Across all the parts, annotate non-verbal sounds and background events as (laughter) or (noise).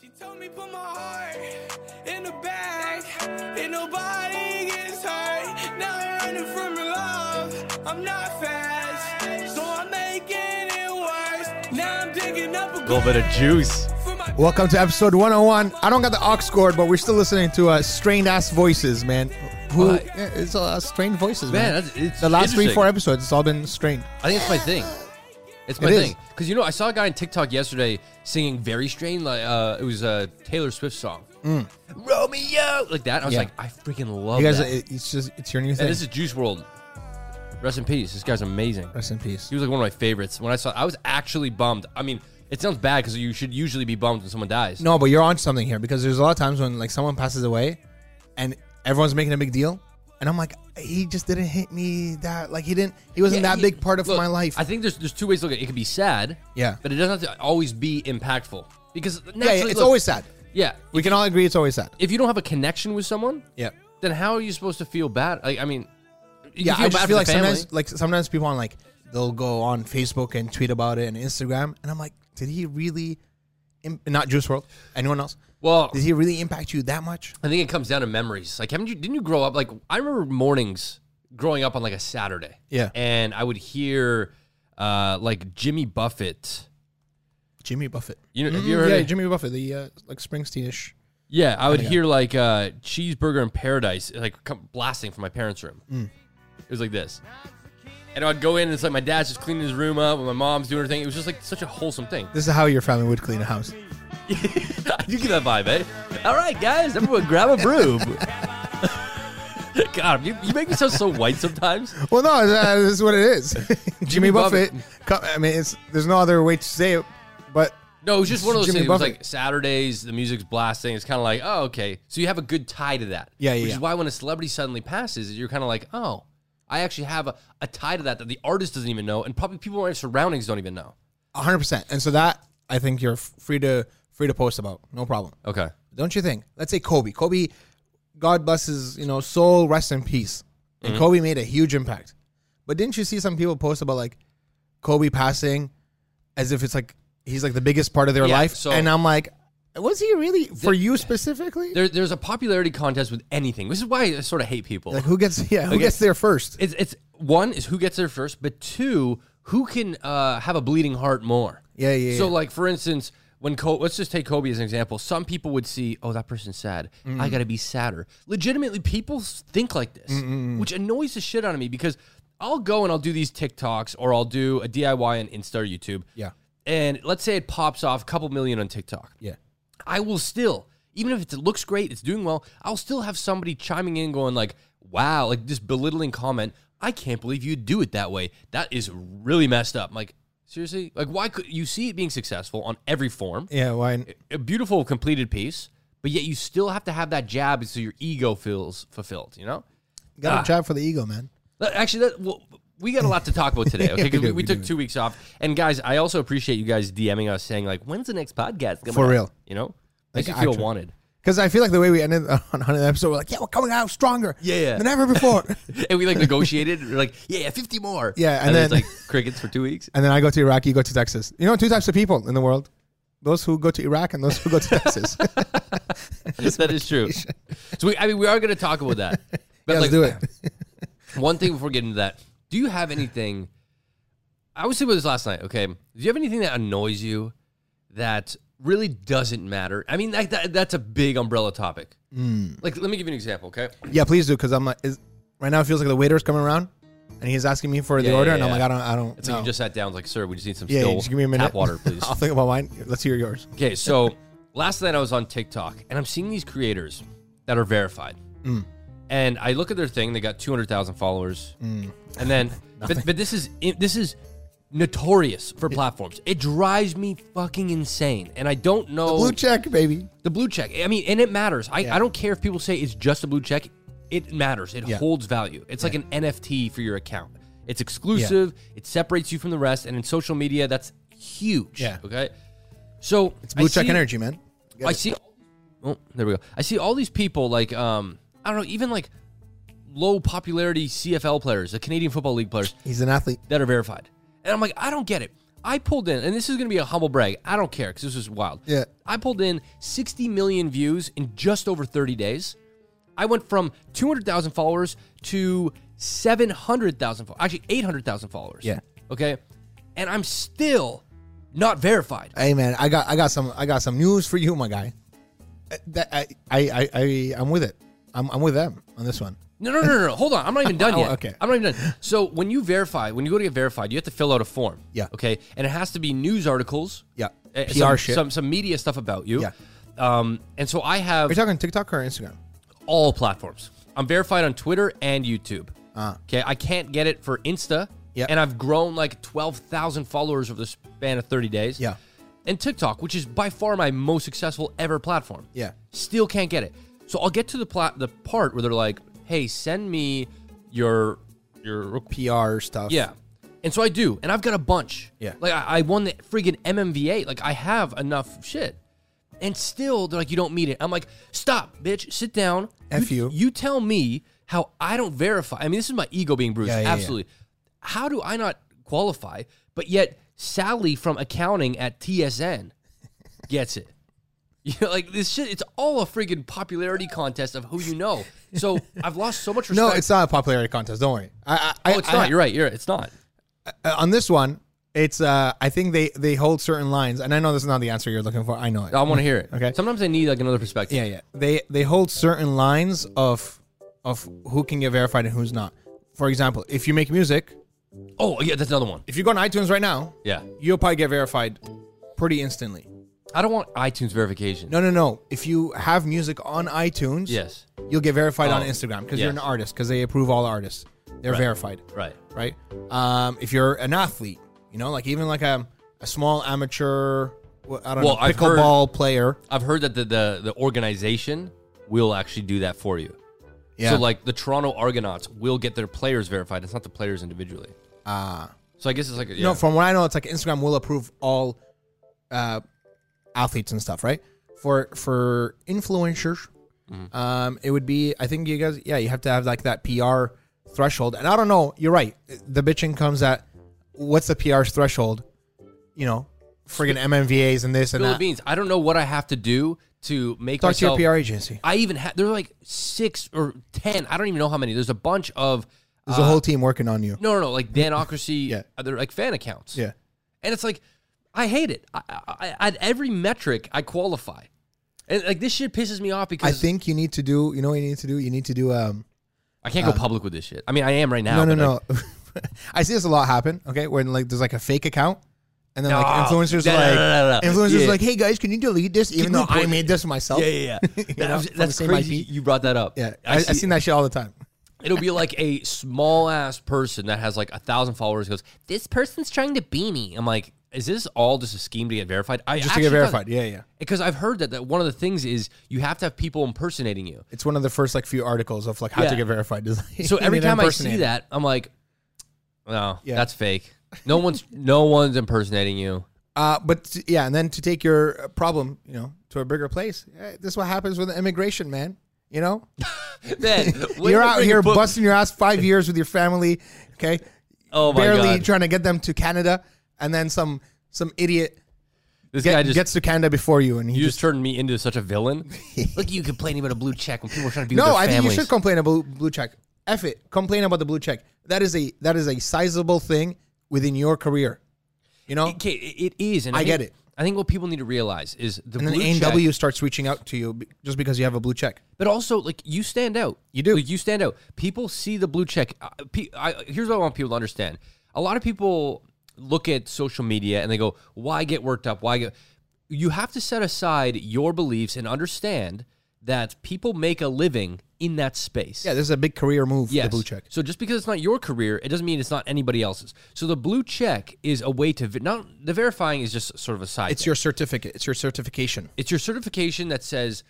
She told me put my heart in the bag, and nobody gets hurt. Now I'm running from your love. I'm not fast, so I'm making it worse. Now I'm digging up a A little bit of juice. for my Welcome to episode 101. I don't got the aux cord, but we're still listening to uh, strained ass voices, man. Who? What? yeah, it's uh, strained voices, man. Man, that's- it's the last three, interesting. four episodes, it's all been strained. I think it's my thing. It's my It is. thing because you know I saw a guy on TikTok yesterday singing very strange. Like uh, it was a Taylor Swift song, Romeo, like that. I was Mm. Yeah. like, I freaking love You guys, that. it, it's just it's your new thing. and this is Juice World. Rest in peace. This guy's amazing. Rest in peace. He was like one of my favorites. When I saw, I was actually bummed. I mean, it sounds bad because you should usually be bummed when someone dies. No, but you're on something here because there's a lot of times when like someone passes away, and everyone's making a big deal, and I'm like, he just didn't hit me that like he didn't he wasn't Yeah, that he- big part of look, my life. I think there's there's two ways to look at it. It could be sad, Yeah. but it doesn't have to always be impactful because naturally, yeah, yeah, it's look, always sad. yeah. We can all agree it's always sad. If you don't have a connection with someone, Yeah, then how are you supposed to feel bad? Like, I mean, you yeah. can feel I bad just for the feel like family. sometimes like sometimes people on like they'll go on Facebook and tweet about it and Instagram, and I'm like, did he really? Im- not Juice World. Anyone else? Well, Did he really impact you that much? I think it comes down to memories. Like, haven't you? Didn't you grow up like I remember mornings growing up on like a Saturday? Yeah. and I would hear uh like Jimmy Buffett. Jimmy Buffett. You know, have you heard? Mm, Yeah, of- Jimmy Buffett, the uh, like Springsteen-ish. yeah, I would hear like uh Cheeseburger in Paradise like come blasting from my parents' room. It was like this. And I'd go in, and it's like my dad's just cleaning his room up, and my mom's doing her thing. It was just like such a wholesome thing. This is how your family would clean a house. (laughs) I do get that vibe, eh? All right, guys, everyone grab a broom. (laughs) God, you, you make me sound so white sometimes. (laughs) Well, no, that is what it (laughs) is. Jimmy, Jimmy Buffett. Buffett. co- I mean, it's there's no other way to say it, but No, it was just one of those Jimmy things. It was Buffett. like Saturdays, the music's blasting. It's kind of like, oh, okay. So you have a good tie to that. Yeah, yeah, Which yeah. is why when a celebrity suddenly passes, you're kind of like, oh, I actually have a, a tie to that that the artist doesn't even know, and probably people in my surroundings don't even know. 100. percent And so that I think you're f- free to free to post about, no problem. Okay. Don't you think? Let's say Kobe. Kobe, God bless his you know soul, rest in peace. And Mm-hmm. Kobe made a huge impact. But didn't you see some people post about like Kobe passing, as if it's like he's like the biggest part of their Yeah, life? so- and I'm like, was he really for you specifically? There, there's a popularity contest with anything. This is why I sort of hate (laughs) people. Like who gets yeah who Okay. gets there first? It's it's one is who gets there first, but two, who can uh, have a bleeding heart more? Yeah, yeah, So yeah. like for instance, when Kobe, let's just take Kobe as an example. Some people would see, oh, that person's sad. Mm-hmm. I got to be sadder. Legitimately, people s- think like this, which annoys the shit out of me because I'll go and I'll do these TikToks or I'll do a DIY on Insta or YouTube. Yeah. And let's say it pops off a couple million on TikTok. Yeah. I will still, even if it looks great, it's doing well, I'll still have somebody chiming in going like, wow, like this belittling comment. I can't believe you do it that way. That is really messed up. I'm like, seriously? Like, why could you see it being successful on every form? Yeah, why? A beautiful, completed piece, but yet you still have to have that jab so your ego feels fulfilled, you know? Got Ah. a job for the ego, man. That- Actually, that well, we got a lot to talk about (laughs) today. Okay, 'Cause we, we do, we we took do. two weeks off, and guys, I also appreciate you guys DMing us saying like, "When's the next podcast?" coming For out?" real. you know, makes Like, you feel actually. wanted. Because I feel like the way we ended (laughs) on another episode, we're like, yeah, we're coming out stronger, Yeah, yeah. than ever before. (laughs) and we like negotiated. We're like, yeah, fifty more. Yeah, and and, then, then- it's like crickets for two (laughs) weeks. and then I go to Iraq, you go to Texas. You know, two types of people in the world: those who go to Iraq and those who (laughs) go to Texas. yeah, that is true. So we, I mean, we are going to talk about (laughs) that. But let's do it. One thing before getting into that, do you have anything? I was thinking about this last night. Okay, do you have anything that annoys you that really doesn't matter? I mean, like that, that's a big umbrella topic. Hmm. Like, let me give you an example. Okay, Yeah, please do. Because I'm like, is, right now it feels like the waiter's coming around, and he's asking me for the Yeah, order, yeah, and I'm yeah. like, I don't, I don't. it's know. like you just sat down. It's like, sir, we just need some yeah, still yeah, just give me a minute. tap (laughs) water, please. I'll think about mine. Let's hear yours. Okay, so (laughs) last night I was on TikTok and I'm seeing these creators that are verified. Mm. And I look at their thing, they got 200,000 followers. Mm. And (laughs) then but, but this is this is notorious for platforms. It drives me fucking insane. And I don't know Blue check, baby. the blue check. I mean, and it matters. I, I don't care if people say it's just a blue check. It matters. It Yeah. holds value. It's like an NFT for your account. It's exclusive. It separates you from the rest. And in social media, that's huge. Yeah. Okay. So It's blue I check see- energy, man. I see. Oh, there we go. I see all these people like um I don't know, even like low popularity CFL players, the Canadian Football League players He's an athlete. that are verified, and I'm like, I don't get it. I pulled in, and this is going to be a humble brag. I don't care because this is wild. Yeah. I pulled in 60 million views in just over 30 days. I went from 200,000 followers to 700,000, fo- actually 800,000 followers. Yeah. Okay. And I'm still not verified. Hey man, I got I got some I got some news for you, my guy. Uh, That I I I, I I'm with it. I'm I'm with them on this one. No, no, no, no, no. Hold on. I'm not even done Oh, yet. okay. I'm not even done. So when you verify, when you go to get verified, you have to fill out a form. Yeah. Okay. And it has to be news articles. Yeah. eh, PR some, shit. Some, some media stuff about you. Yeah. Um, and so I have Are you talking TikTok or Instagram? all platforms. I'm verified on Twitter and YouTube. Ah. Okay. I can't get it for Insta. Yeah. And I've grown like 12,000 followers over the span of 30 days. Yeah. And TikTok, which is by far my most successful ever platform. Yeah. Still can't get it. So I'll get to the plot, the part where they're like, "Hey, send me your your PR stuff. yeah." And so I do, and I've got a bunch. Yeah. like I, I won the friggin' MMVA. Like I have enough shit, and still they're like, "You don't meet it." I'm like, "Stop, bitch! Sit down." F you. You tell me how I don't verify. I mean, this is my ego being bruised. Yeah, yeah, yeah. Absolutely. How do I not qualify? But yet Sally from accounting at TSN gets it. (laughs) You know, like this shit. It's all a friggin' popularity contest of who you know. So I've lost so much No, respect. it's not a popularity contest. Don't worry. I, I, oh, it's I, not. I, you're right. You're right. It's not. uh, on this one, it's uh I think they they hold certain lines, and I know this is not the answer you're looking for. I know it. I want to hear it. Okay. Sometimes I need like another perspective. Yeah, yeah. They they hold certain lines of of who can get verified and who's not. For example, if you make music, Oh, yeah. That's another one. if you go on iTunes right now, Yeah. you'll probably get verified pretty instantly. I don't want iTunes verification. No, no, no. If you have music on iTunes, Yes. you'll get verified on Oh, Instagram because you're yes. an artist because they approve all artists. They're verified, Right. right? Um, if you're an athlete, you know, like even like a, a small amateur, well, I don't Well, know, I've heard- pickleball player. I've heard that the, the the organization will actually do that for you. Yeah. So like the Toronto Argonauts will get their players verified. It's not the players individually. Ah. So I guess it's like a, yeah. No, from what I know, it's like Instagram will approve all uh, athletes and stuff, right? For for influencers, Mm-hmm. um, it would be I think you guys, yeah, you have to have like that PR threshold. And I don't know, you're right. The bitching comes at what's the PR threshold? You know, friggin' MMVAs and this and Bill of that. Beans. I don't know what I have to do to make Talk to your myself. PR agency. I even had there's like six or ten. I don't even know how many. There's a bunch of uh, There's a whole team working on you. no, no, no, like Danocracy. (laughs) Yeah. uh, they're like fan accounts. Yeah, and it's like I hate it. I, I, I, at every metric, I qualify, and like this shit pisses me off because I think you need to do. You know, what you need to do. You need to do. Um, I can't go public with this shit. I mean, I am right now. No, no, but, like, no. (laughs) I see this a lot happen. Okay, when like there's like a fake account, and then like Oh, influencers da- are da- like da- da- da. influencers are Yeah. like, hey guys, can you delete this? Even though I going. made this myself. (laughs) Yeah, yeah, yeah. That- know, that's from the that's same crazy. IP. You brought that up. Yeah, I, I, I, see. seen that shit all the time. It'll be like a small ass person that has like a thousand followers goes, "This person's trying to be me." I'm like, is this all just a scheme to get verified? I Just to get verified. Yeah, yeah. Because I've heard that, that one of the things is you have to have people impersonating you. It's one of the first like few articles of like how to Yeah. get verified. (laughs) Is, like, So (laughs) you every need an time I see impersonator. that, I'm like, no, Yeah. that's fake. No one's no one's impersonating (laughs) you. uh, but t- yeah, and then to take your uh, problem, you know, to a bigger place. Eh, this is what happens with immigration, man. You know, (laughs) Man, way you're to out bring here a book- busting your (laughs) ass five years with your family. Okay, Oh my barely god, trying to get them to Canada, and then some some idiot this get- guy just gets to Canada before you, and he you just. just turned me into such a villain. (laughs) Look, you complaining about a blue check when people are trying (laughs) to be with no, their I think you families. should complain about blue check. F it, complain about the blue check. That is a that is a sizable thing within your career. You know, Okay, it it is, and I think- get it. I think what people need to realize is the and then blue A and check, W starts reaching out to you be- just because you have a blue check. but also like you stand out. You do. you stand out. People see the blue check. Uh, pe- I, here's what I want people to understand: a lot of people look at social media and they go, "Why get worked up? Why get?" You have to set aside your beliefs and understand that people make a living in that space. Yeah, this is a big career move. Yes. The blue check. So just because it's not your career, it doesn't mean it's not anybody else's. So the blue check is a way to ve- not the verifying is just sort of a side. It's thing. your certificate. It's your certification. it's your certification that says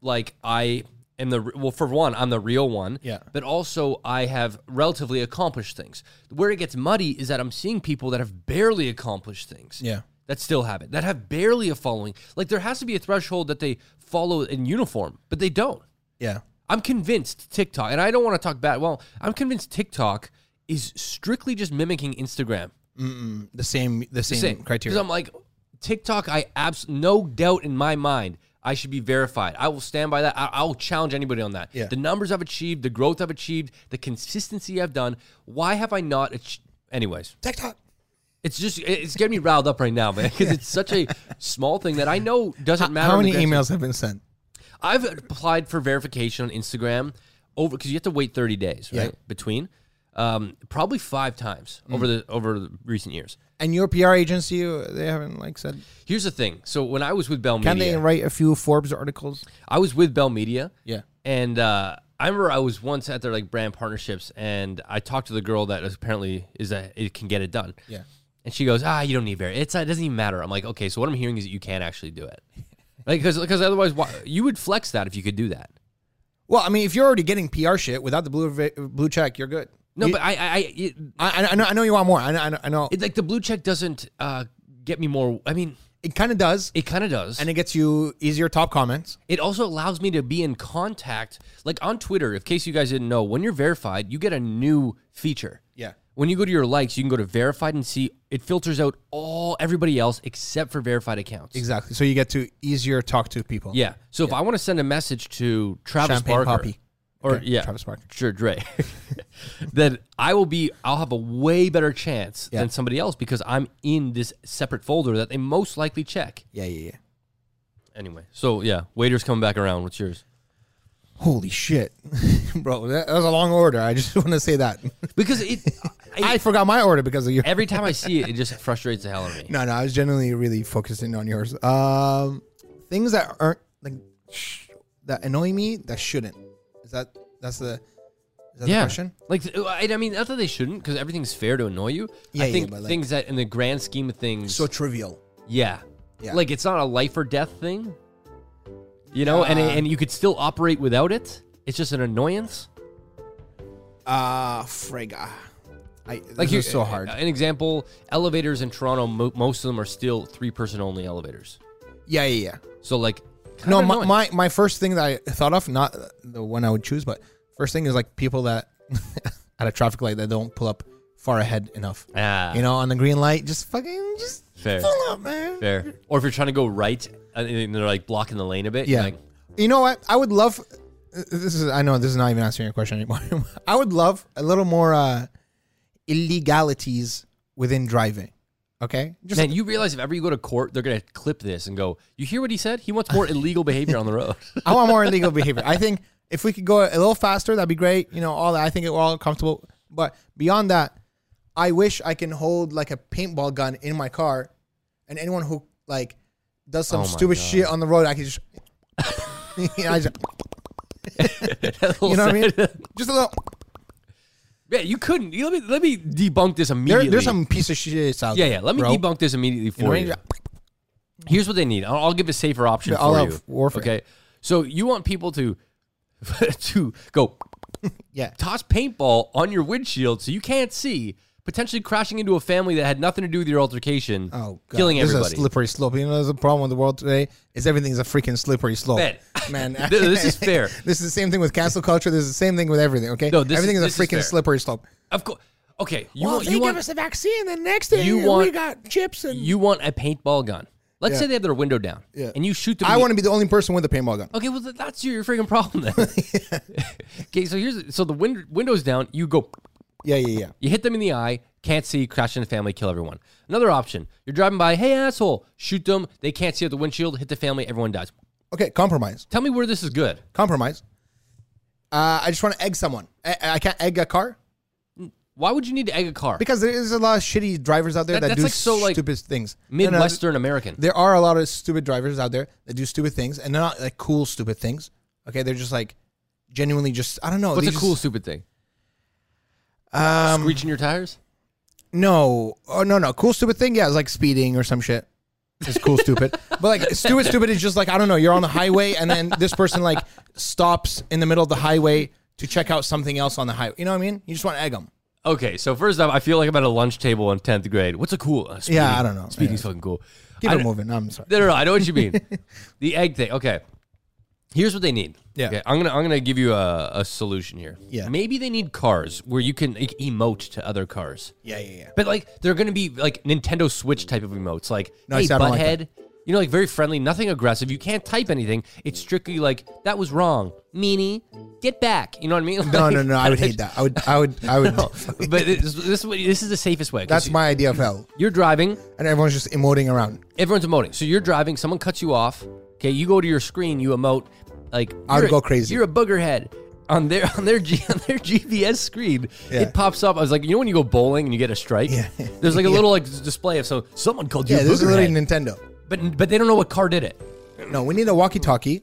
like I am the well for one I'm the real one. Yeah. But also I have relatively accomplished things. Where it gets muddy is that I'm seeing people that have barely accomplished things. Yeah. That still have it. That have barely a following. Like there has to be a threshold that they follow in uniform, but they don't. Yeah. I'm convinced TikTok, and I don't want to talk bad. Well, I'm convinced TikTok is strictly just mimicking Instagram. the same the same, Same Because criteria. I'm like TikTok. I abs no doubt in my mind. I should be verified. I will stand by that. I, I will challenge anybody on that. Yeah. The numbers I've achieved, the growth I've achieved, the consistency I've done. Why have I not? Ach- Anyways, TikTok. it's just it- it's getting me riled up right now, man. Because it's such a small thing that I know doesn't matter. How in the many grand scheme- emails have been sent? I've applied for verification on Instagram over because you have to wait 30 days, right? Yeah. Between um, probably five times over Mm. the over the recent years. And your PR agency, uh, they haven't like said. Here's the thing. So when I was with Bell Can Media, they write a few Forbes articles? I was with Bell Media. Yeah. And uh, I remember I was once at their like brand partnerships, and I talked to the girl that is apparently is a it can get it done. Yeah. And she goes, ah, you don't need very. It's it doesn't even matter. I'm like, okay, so what I'm hearing is that you can't actually do (laughs) it, like because otherwise why, you would flex that if you could do that. Well, I mean, if you're already getting PR shit without the blue va- blue check, you're good. No, You- but I I, I it, I, I- I know I know you want more. I know I know, I know. it, like the blue check doesn't uh, get me more. I mean, it kind of does, it kind of does, and and it gets you easier top comments. it also allows me to be in contact, like on Twitter. If in case you guys didn't know, when you're verified, you get a new feature. Yeah. When you go to your likes, you can go to verified and see it filters out all everybody else except for verified accounts. Exactly. So you get to easier talk to people. Yeah. So if I want to send a message to Travis Champagne Barker Poppy. or Okay, yeah, Travis Barker. sure Dre, (laughs) then I will be. I'll have a way better chance Yeah. than somebody else because I'm in this separate folder that they most likely check. Yeah. Yeah. Yeah. Anyway, so yeah, waiters coming back around. What's yours? Holy shit, (laughs) bro! That, that was a long order. I just (laughs) want to say that. Because (laughs) it, I, I forgot my order because of you. every time I see it, it just (laughs) frustrates the hell out of me. No, no, I was generally really focusing on yours. Um, things that aren't like sh- that annoy me that shouldn't. Is that that's the is that the yeah, question? like th- I, I mean, not that they shouldn't, because everything's fair to annoy you. Yeah, I yeah, think but, like- things that, in the grand scheme of things, So trivial. yeah, Yeah. like it's not a life or death thing, you know, and Yeah. and you could still operate without it. It's just an annoyance. Ah, uh, friga. I Like eh, like you so hard. An example: elevators in Toronto, mo- most of them are still three-person only elevators. yeah, yeah, yeah. So like, kinda No, my, annoying. my my first thing that I thought of, not the one I would choose, but first thing is like people that (laughs) at a traffic light that don't pull up far ahead enough. Ah. You know, on the green light, just fucking just Fair. pull up, man. Fair. Or if you're trying to go right uh, and then they're like blocking the lane a bit. Yeah. you're Like, you know what? I would love. This is. I know this is not even answering your question anymore. (laughs) I would love a little more uh, illegalities within driving. Okay. Just man, you realize if ever you go to court, they're going to clip this and go, you hear what he said? He wants more illegal behavior on the road. (laughs) I want more illegal behavior. I think if we could go a little faster, that'd be great. You know, all that. I think we're all comfortable. But beyond that, I wish I can hold like a paintball gun in my car, and anyone who like does some Oh my stupid God. shit on the road, I can just. (laughs) you know, I just- you know what (laughs) I mean? Just a little. Yeah, you couldn't. You, let, me, let me debunk this There, immediately. there's some piece of shit out Yeah, there. yeah. Let me bro. debunk this immediately for You know what I you. mean? Here's what they need. I'll, I'll give a safer option Yeah, I'll for have you. warfare. Okay. So you want people to (laughs) to go Yeah. toss paintball on your windshield so you can't see, potentially crashing into a family that had nothing to do with your altercation, Oh, God. killing this everybody. is a slippery slope. You know, there's a problem with the world today. Is everything's a freaking slippery slope, Man. man. (laughs) Th- this (laughs) is fair. this is the same thing with cancel culture. This is the same thing with everything. Okay, No, this everything is- is, this a is freaking fair. slippery slope. Of course. Okay, you well, want they you give want, us a vaccine, then next thing You we want- got chips and. you want a paintball gun. Let's Yeah. say they have their window down, Yeah. and you shoot them. I in the- want to be the only person with a paintball gun. Okay, well th- that's your, your freaking problem (laughs) then. (laughs) okay, so here's so the win- windows down. You go. Yeah, yeah, yeah. You hit them in the eye. Can't see. Crash into family. Kill everyone. Another option. You're driving by. Hey asshole! Shoot them. They can't see out the windshield. Hit the family. Everyone dies. Okay, compromise, Tell me where this is good. compromise. Uh, I just want to egg someone. I, I can't egg a car Why would you need to egg a car? because there is a lot of shitty drivers out there That- that, that's do like so, like, stupid things. No, no, Midwestern American. there are a lot of stupid drivers out there that do stupid things and they're not like cool stupid things okay they're just like genuinely just i don't know What's they a cool just- stupid thing? um Reaching your tires. no oh no no cool stupid thing yeah it's like speeding or some shit it's cool (laughs) stupid but like stupid stupid is just like i don't know you're on the highway and then this person like stops in the middle of the highway to check out something else on the highway you know what i mean you just want to egg them Okay, so first off, I feel like I'm at a lunch table in tenth grade. What's a cool? Uh, speeding. Yeah, I don't know. Speeding's fucking cool. keep I it d- moving i'm sorry (laughs) No, no, no, I know what you mean. the egg thing. Okay. Here's what they need. Yeah. Okay, I'm gonna I'm gonna give you a, a solution here. Yeah. Maybe they need cars where you can like, emote to other cars. Yeah, yeah, yeah. But like they're gonna be like Nintendo Switch type of emotes, like No, hey see, I don't like butthead, you know, like very friendly, nothing aggressive. You can't type anything. It's strictly like that was wrong, meanie, get back. You know what I mean? (laughs) No, Like- no, no. I would hate that. I would, I would, (laughs) I would. But this, this is what- this is the safest way. 'cause That's my idea of hell. you're driving, And everyone's just emoting around. everyone's emoting. So you're driving, someone cuts you off. Okay, you go to your screen, you emote like I would you're a- go crazy. You're a booger head. On their (laughs) on their G, on their GPS screen, Yeah. it pops up. I was like, you know when you go bowling and you get a strike, Yeah. (laughs) there's like a Yeah. little like display of so someone called you. Yeah, a this is booger literally head. Nintendo. But but they don't know what car did it. No, we need a walkie-talkie.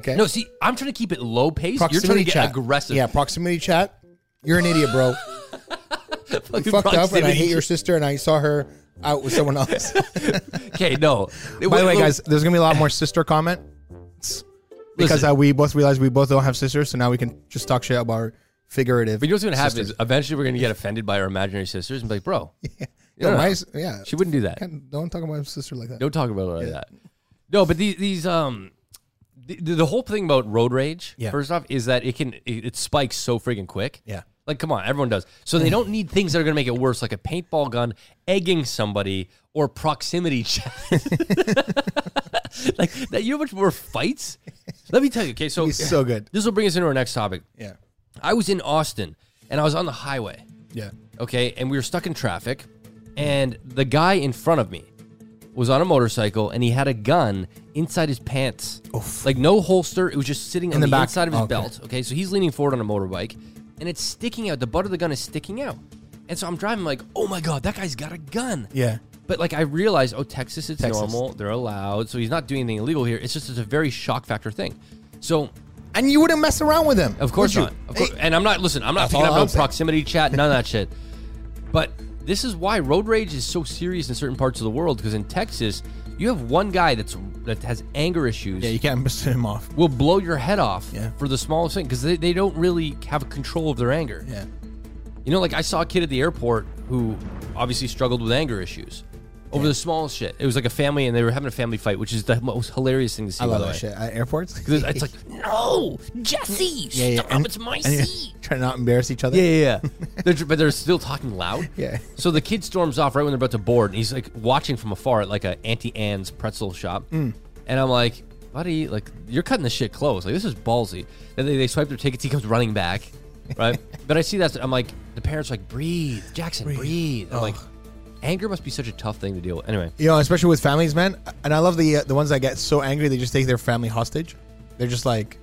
Okay. No, see, I'm trying to keep it low pace. You're proximity trying to get chat. aggressive. Yeah, proximity chat. You're an idiot, (laughs) bro. Fucking You fucked up, and I proximity. hate your sister, and I saw her out with (laughs) someone else. Okay, no. (laughs) By the way, guys, there's gonna be a lot more sister comment because Listen. uh, we both realized we both don't have sisters, so now we can just talk shit about our figurative. But you know what's gonna happen is eventually we're gonna get offended by our imaginary sisters and be like, (laughs) bro, Yo, Yeah. my s- yeah. she wouldn't do that. Can't- don't talk about my sister like that. Don't talk about it like that. No, but these, these um, the, the whole thing about road rage, Yeah. first off, is that it can it, it spikes so freaking quick. Yeah. like come on, everyone does. So they don't need things that are gonna make it worse, like a paintball gun, egging somebody, or proximity (laughs) chat. like that, you know how much more fights. Let me tell you. Okay, so He's so good. This will bring us into our next topic. Yeah, I was in Austin and I was on the highway yeah. okay, and we were stuck in traffic, and the guy in front of me was on a motorcycle and he had a gun inside his pants. Oof. Like no holster, it was just sitting on the the, back. inside of his Okay. belt. Okay, so he's leaning forward on a motorbike and it's sticking out. The butt of the gun is sticking out. And so I'm driving like, oh my god, that guy's got a gun. Yeah. But like I realized, oh, Texas, it's Texas. normal. They're allowed. So he's not doing anything illegal here. It's just it's a very shock factor thing. So And you wouldn't mess around with him. of course would you? not. Of course, Hey, and I'm not. Listen, I'm not That's picking all up no I'm saying. proximity chat, none of (laughs) that shit. But this is why road rage is so serious in certain parts of the world. Because in Texas, you have one guy that's that has anger issues. yeah, you can't piss him off. Will blow your head off Yeah. for the smallest thing because they, they don't really have control of their anger. Yeah, You know, like I saw a kid at the airport who obviously struggled with anger issues over the smallest shit. It was like a family and they were having a family fight, which is the most hilarious thing to see. I by love the that way. shit at airports. Because it's like, no, Jesse, yeah, yeah. stop! And- it's my and you're seat. Trying to not embarrass each other. Yeah, (laughs) yeah, yeah. they're, tr- but they're still talking loud. Yeah. So the kid storms off right when they're about to board, and he's like watching from afar at like a Auntie Anne's pretzel shop. And I'm like, buddy, like you're cutting the shit close. Like this is ballsy. Then they, they swipe their tickets. He comes running back, (laughs) right? but I see that I'm like, the parents are like, breathe, Jackson, breathe. I'm like, anger must be such a tough thing to deal with. Anyway, You know, especially with families, man. And I love the uh, the ones that get so angry they just take their family hostage. They're just like,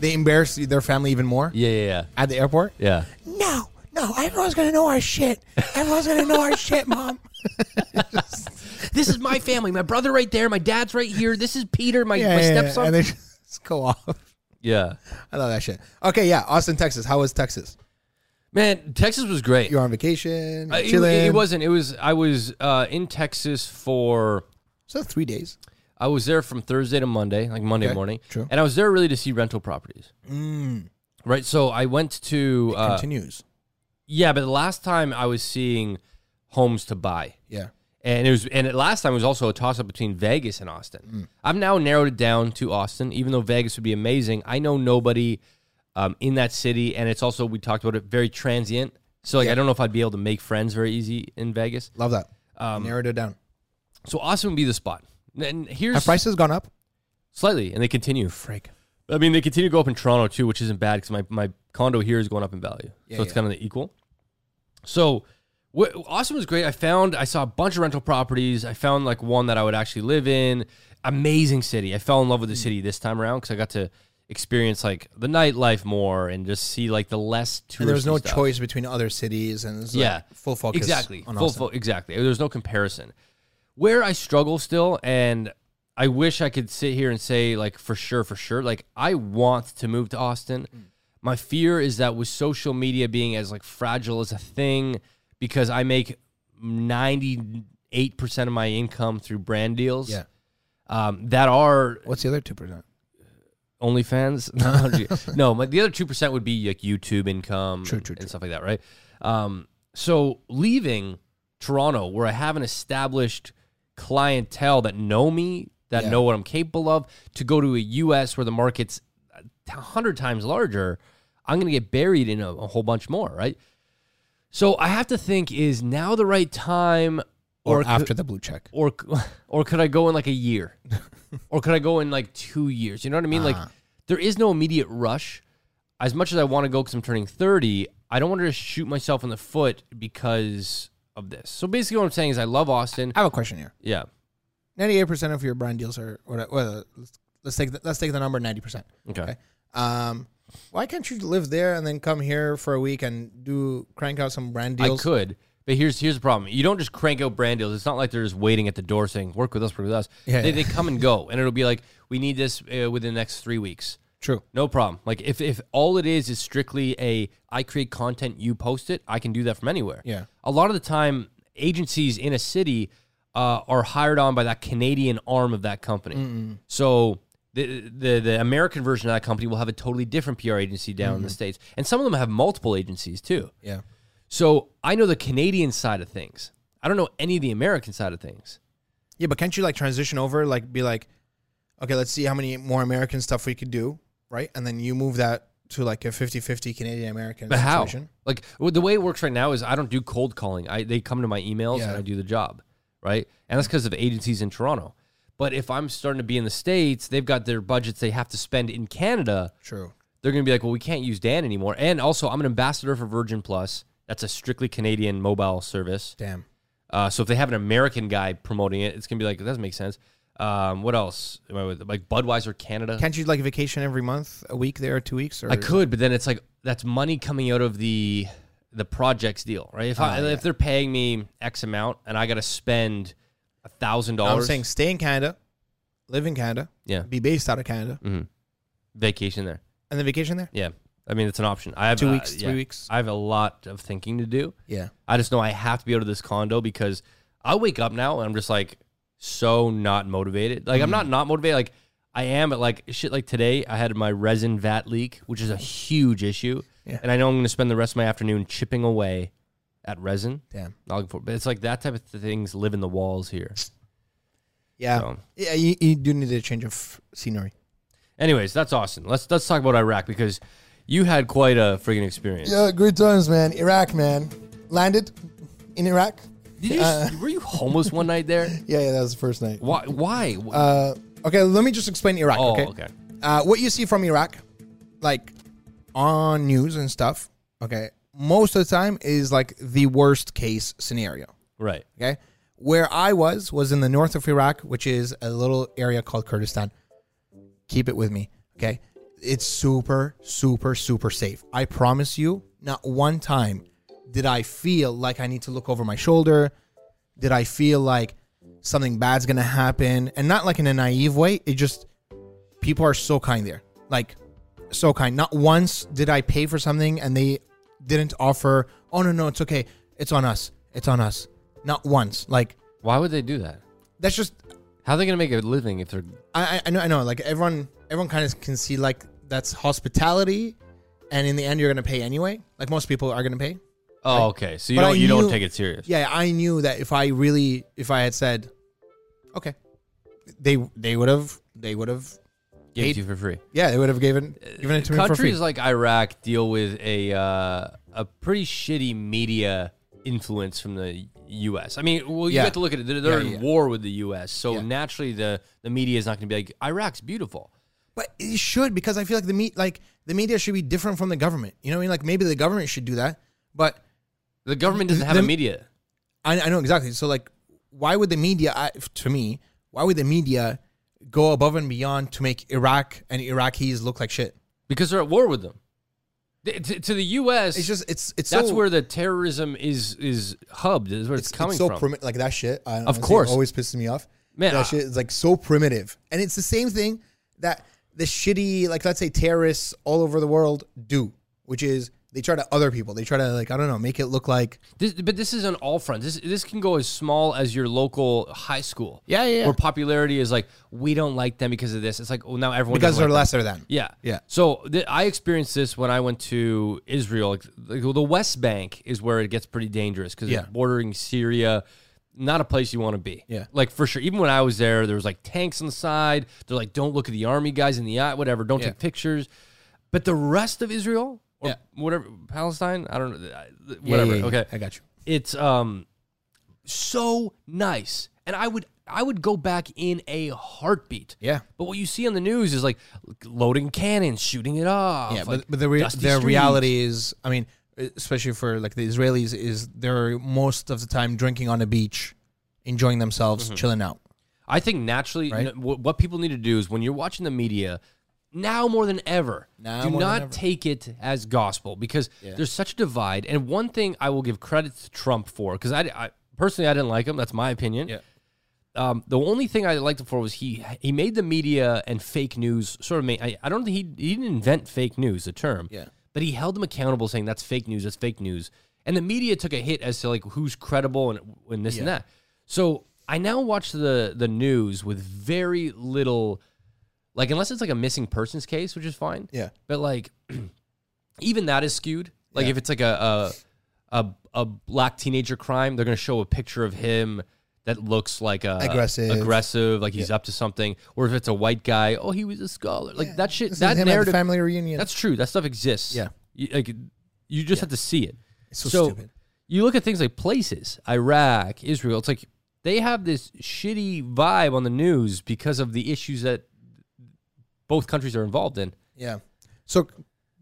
they embarrass their family even more yeah, yeah, yeah, at the airport. yeah. No, no, everyone's gonna know our shit. Everyone's gonna know (laughs) our shit, mom. (laughs) this is my family. My brother right there. My dad's right here. This is Peter, my, Yeah, my yeah, stepson. yeah. and they just go off. (laughs) yeah. I love that shit. Okay, yeah, Austin, Texas. How was Texas? Man, Texas was great. You're on vacation, Uh, you're it- chilling. It, wasn't. It was. I was uh, in Texas for. so three days. I was there from Thursday to Monday, like Monday Okay, morning. true. Mm. And I was there really to see rental properties. Right. So I went to. Uh, Continues. yeah, but the last time I was seeing homes to buy. Yeah. And it was, and it last time was also a toss up between Vegas and Austin. Mm. I've now narrowed it down to Austin, even though Vegas would be amazing. I know nobody um, in that city, and it's also we talked about it very transient. So like, I don't know if I'd be able to make friends very easy in Vegas. Love that. Narrowed it down. So Austin would be the spot. And Have here's prices gone up? slightly, and they continue. Freak. I mean, they continue to go up in Toronto too, which isn't bad because my, my condo here is going up in value, so it's yeah. kind of equal. So wh- Austin was great. I found I saw a bunch of rental properties. I found like one that I would actually live in. Amazing city. I fell in love with Mm. the city this time around because I got to experience like the nightlife more and just see like the less. And there was touristy no stuff. choice between other cities, and it was like Yeah, full focus. Exactly, on full Austin. fo- exactly. There's no comparison. Where I struggle still, and I wish I could sit here and say like for sure, for sure, like I want to move to Austin. Mm. My fear is that with social media being as like fragile as a thing, because I make ninety eight percent of my income through brand deals. Yeah. um, that are What's the other two percent? OnlyFans. (laughs) No, I'm joking. no, my, the other two percent would be like YouTube income True, true, and stuff like that, right? Um, so leaving Toronto, where I have an established clientele that know me, that Yeah. know what I'm capable of, to go to a U.S. where the market's hundred times larger, I'm going to get buried in a, a whole bunch more, right? So I have to think: is now the right time, or, could- after the blue check. or c- (laughs) or could I go in like a (laughs) year, or could I go in like two years? You know what I mean? Uh-huh. Like there is no immediate rush. As much as I want to go because I'm turning thirty, I don't want to just shoot myself in the foot because of this. So basically, what I'm saying is I love Austin. I have a question here. Yeah. Ninety-eight percent of your brand deals are, or, uh, well, let's, let's take the, let's take the number ninety percent. Okay. Um, why can't you live there and then come here for a week and do crank out some brand I deals? could, but here's here's the problem. You don't just crank out brand deals. It's not like they're just waiting at the door saying work with us, work with us. Yeah, they, yeah. they come and go, and it'll be like we need this uh, within the next three weeks. True. No problem. Like if, if all it is is strictly a I create content, you post it, I can do that from anywhere. Yeah. A lot of the time, agencies in a city uh, are hired on by that Canadian arm of that company. So the, the the American version of that company will have a totally different PR agency down in the states, and some of them have multiple agencies too. Yeah. So I know the Canadian side of things. I don't know any of the American side of things. Yeah, but can't you like transition over, like be like, okay, let's see how many more American stuff we could do, right? And then you move that to like a 50-50 Canadian American But how? situation. Like well, the way it works right now is I don't do cold calling. I they come to my emails and Yeah. I do the job, right? And that's because of agencies in Toronto. But if I'm starting to be in the states, they've got their budgets they have to spend in Canada. True. They're going to be like, well, we can't use Dan anymore. And also, I'm an ambassador for Virgin Plus. That's a strictly Canadian mobile service. Damn. Uh, so if they have an American guy promoting it, it's going to be like it doesn't make sense. Um, what else? Am I with? Like Budweiser Canada. Can't you like vacation every month, a week there, two weeks, or I could, but then it's like that's money coming out of the the projects deal, right? If Ah, I, if they're paying me X amount and I got to spend a thousand I'm dollars, saying stay in Canada, live in Canada, yeah, be based out of Canada, vacation there, and then vacation there. yeah. I mean, it's an option. I have Two uh, weeks, three yeah. weeks. I have a lot of thinking to do. Yeah. I just know I have to be out of this condo because I wake up now and I'm just like so not motivated. Like I'm Mm. not not motivated. Like I am, but like shit. Like today, I had my resin vat leak, which is a huge issue, Yeah. and I know I'm going to spend the rest of my afternoon chipping away at resin. Damn. Not looking for, but it's like that type of th- things live in the walls here. Yeah. So- Yeah. You, you do need a change of scenery. Anyways, that's awesome. Let's let's talk about Iraq because you had quite a freaking experience. Yeah, great times, man. Iraq, man. Landed in Iraq. Did you Uh, were you homeless one night there? Yeah, yeah, that was the first night. Why? Why? Uh, okay, let me just explain Iraq. oh, okay. okay. Uh, what you see from Iraq, like on news and stuff, okay, most of the time is like the worst case scenario. Right. Okay. Where I was was in the north of Iraq, which is a little area called Kurdistan. Keep it with me. Okay. It's super, super, super safe. I promise you, not one time did I feel like I need to look over my shoulder. Did I feel like something bad's going to happen? And not like in a naive way. It just, people are so kind there. Like, so kind. Not once did I pay for something and they didn't offer, oh, no, no, it's okay. It's on us. It's on us. Not once. Like, Why would they do that? that's just, How are they going to make a living if they're I, I- I know, I know. Like, everyone, everyone kind of can see, like, that's hospitality. And in the end, you're going to pay anyway. Like, most people are going to pay. Oh, okay. So you But I don't you don't knew- take it serious. Yeah, I knew that if I really, if I had said, okay, they, they would have, they would have, Give it Eight- to you for free. yeah, they would have given, given it to me for free. Countries like Iraq deal with a uh, a pretty shitty media influence from the U.S. I mean, well, you Yeah. have to look at it. They're, they're Yeah, in yeah. war with the U.S., so Yeah. naturally the the media is not going to be like Iraq's beautiful. But it should because I feel like the meat like the media should be different from the government. You know what I mean? Like maybe the government should do that, but The government doesn't have The- a media. I, I know exactly. So like, why would the media? I, to me, why would the media go above and beyond to make Iraq and Iraqis look like shit? because they're at war with them. Th- To, to the U.S., It's just it's it's that's so, where the terrorism is is hubbed. Is where it's, coming so from. primi- like that shit. I, honestly, course. it always pisses me off. Man, that I- shit is like so primitive, and it's the same thing that the shitty, like let's say terrorists all over the world do, which is they try to other people. They try to like I don't know, make it look like This, but this is on all fronts. This this can go as small as your local high school. Yeah, yeah, yeah. Where popularity is like we don't like them because of this. It's like well now everyone because doesn't they're like them. lesser than. Yeah, Yeah. So th- I experienced this when I went to Israel. Like, like, well, the West Bank is where it gets pretty dangerous because Yeah. it's bordering Syria. Not a place you want to be. Yeah. Like for sure. Even when I was there, there was like tanks on the side. They're like, don't look at the army guys in the eye. Whatever. Don't Yeah. take pictures. But the rest of Israel or Yeah. whatever Palestine, I don't know, I- Yeah, whatever. yeah, yeah. Okay, I got you. it's um so nice, and I would I would go back in a heartbeat. Yeah. But what you see on the news is like loading cannons, shooting it off. Yeah, like, but, but the rea- Oh, dusty their streets. reality is, I mean, especially for like the Israelis, is they're most of the time drinking on a beach, enjoying themselves, Mm-hmm. chilling out. I think naturally, you Right? know, what, what people need to do is when you're watching the media, now more than ever, Now do more than not ever. take it as gospel because there's such a divide. And one thing I will give credit to Trump for, because I, I personally I didn't like him. That's my opinion. Yeah. Um, the only thing I liked him for was he he made the media and fake news sort of. Made, I, I don't think he he didn't invent fake news, the term. Yeah. But he held them accountable, saying that's fake news, that's fake news. And the media took a hit as to like who's credible and and this and that. So I now watch the the news with very little, like unless it's like a missing persons case, which is fine. Yeah. But like, (clears throat) even that is skewed. Like if it's like a a, a a black teenager crime, they're gonna show a picture of him that looks like a Aggressive. aggressive, like he's up to something. Or if it's a white guy, oh, he was a scholar. Like that shit. This is That him at the narrative. family reunion. That's true. That stuff exists. Yeah. You, like you just have to see it. It's so stupid. You look at things like places, Iraq, Israel. It's like they have this shitty vibe on the news because of the issues that both countries are involved in. Yeah. So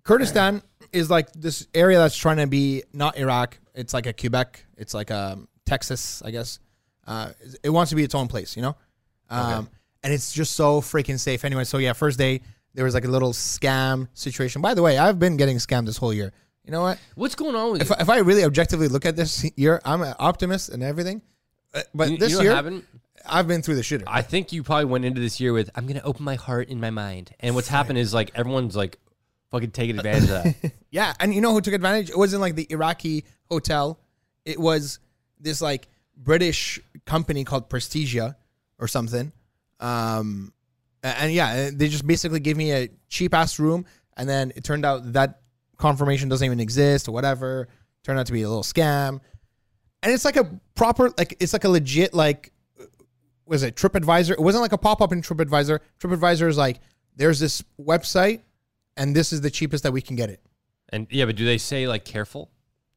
Kurdistan is like this area that's trying to be not Iraq. It's like a Quebec. It's like a Texas, I guess. Uh, it wants to be its own place, you know. Um, And it's just so freaking safe anyway. So yeah, first day there was like a little scam situation. By the way, I've been getting scammed this whole year. You know what? What's going on with If, you? if I really objectively look at this (laughs) year, I'm an optimist and everything. Uh, But You- you this know what year, happened? I've been through the shitter. I think you probably went into this year with I'm gonna open my heart and my mind. And what's happened is like everyone's like fucking taking advantage of (laughs) that. Yeah, and you know who took advantage? It wasn't like the Iraqi hotel. It was this like British company called Prestigia or something. Um, a- and yeah, eh, they just basically gave me a cheap ass room, and then it turned out that confirmation doesn't even exist or whatever. Turned out to be a little scam, and it's like a proper like it's like a legit like uh, was it TripAdvisor? It wasn't like a pop up in TripAdvisor. TripAdvisor is like there's this website, and this is the cheapest that we can get it. And yeah, but do they say like careful?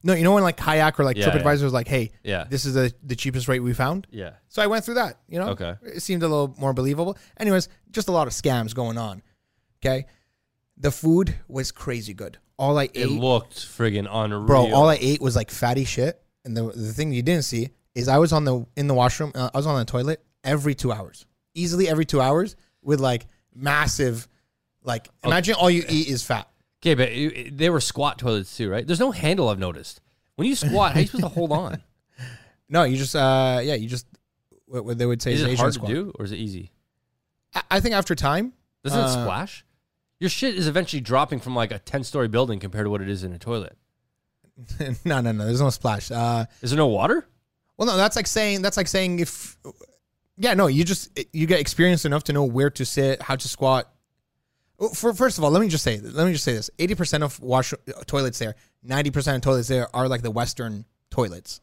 No, you know when like Kayak or like Yeah, TripAdvisor was like, hey, Yeah. this is the, the cheapest rate we found. Yeah. So I went through that, you know? Okay. It seemed a little more believable. Anyways, just a lot of scams going on. Okay. The food was crazy good. All I It ate, looked friggin' unreal. bro, all I ate was like fatty shit. And the, the thing you didn't see is I was on the in the washroom, uh, I was on the toilet every two hours, easily every two hours with like massive, like Oh. imagine all you eat is fat. okay, but it, it- they were squat toilets too, right? There's no handle I've noticed. When you squat, how are you supposed to hold on? (laughs) No, you just, uh, yeah, you just, what, what they would say Is is, it Asian hard squat. to do or is it easy? I- I think after time, Doesn't it Uh, splash? Your shit is eventually dropping from like a ten story building compared to what it is in a toilet. (laughs) no, no, no. There's no splash. Uh, Is there no water? well, no, that's like saying that's like saying if, yeah, no, you just you get experienced enough to know where to sit, how to squat. Well, For first of all, let me just say, let me just say this: eighty percent of wash uh, toilets there, ninety percent of toilets there are like the Western toilets.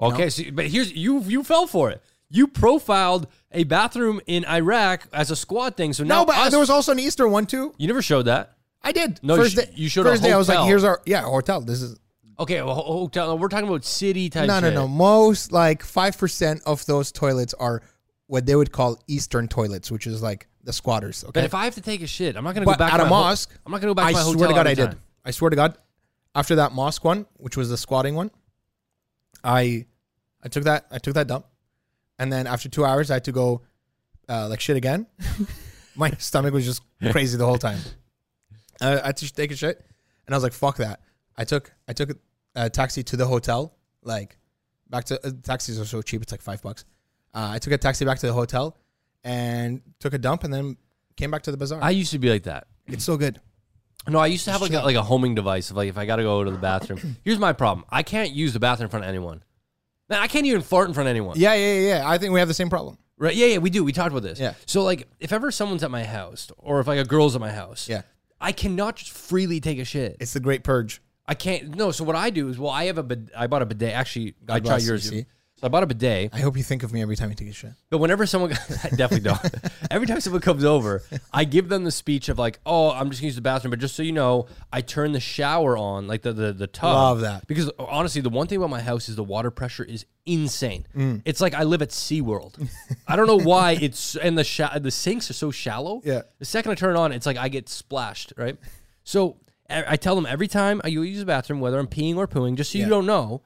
Okay, so, but here's you you fell for it. You profiled a bathroom in Iraq as a squad thing. So now No, but us- uh, there was also an Eastern one too. you never showed that. I did. No, you first sh- day, you showed a first day. I was like, hotel. here's our yeah hotel. This is Okay, well, ho- hotel. We're talking about city type. no, no, shit. no. Most like five percent of those toilets are what they would call Eastern toilets, which is like the squatters. Okay, But if I have to take a shit, I'm not gonna But go back at to a my ho- mosque, I'm not gonna go back to my I hotel. swear to God, every I did. time. I swear to God, after that mosque one, which was the squatting one, I, I took that, I took that dump, and then after two hours, I had to go, uh, like (laughs) shit again. my stomach was just crazy the whole time. I, I had to take a shit, and I was like, "Fuck that!" I took, I took a taxi to the hotel, like back to uh, taxis are so cheap. It's like five bucks. Uh, I took a taxi back to the hotel, and took a dump, and then came back to the bazaar. I used to be like that. it's so good. No, I used to have like a, like a homing device of like if I gotta go to the (clears throat) bathroom. Here's my problem: I can't use the bathroom in front of anyone. Man, I can't even fart in front of anyone. Yeah, yeah, yeah. yeah. I think we have the same problem. Right? Yeah, yeah, we do. We talked about this. Yeah. So like, if ever someone's at my house, or if like a girl's at my house, Yeah. I cannot just freely take a shit. It's the great purge. I can't. No. So what I do is, well, I have a bid, I bought a bidet. Actually, I tried bless you, yours. see? So I bought a bidet, I hope you think of me every time you take a shit. but whenever someone (laughs) I definitely (laughs) don't. Every time someone comes over, I give them the speech of like, "Oh, I'm just gonna use the bathroom," but just so you know, I turn the shower on, like the the, the tub. Love that. because uh, honestly, the one thing about my house is the water pressure is insane. Mm. It's like I live at SeaWorld. I don't know (laughs) why it's and the sha- the sinks are so shallow. Yeah. The second I turn it on, it's like I get splashed, right? So e, I I tell them every time I use the bathroom, whether I'm peeing or pooing, just so you Yeah. don't know,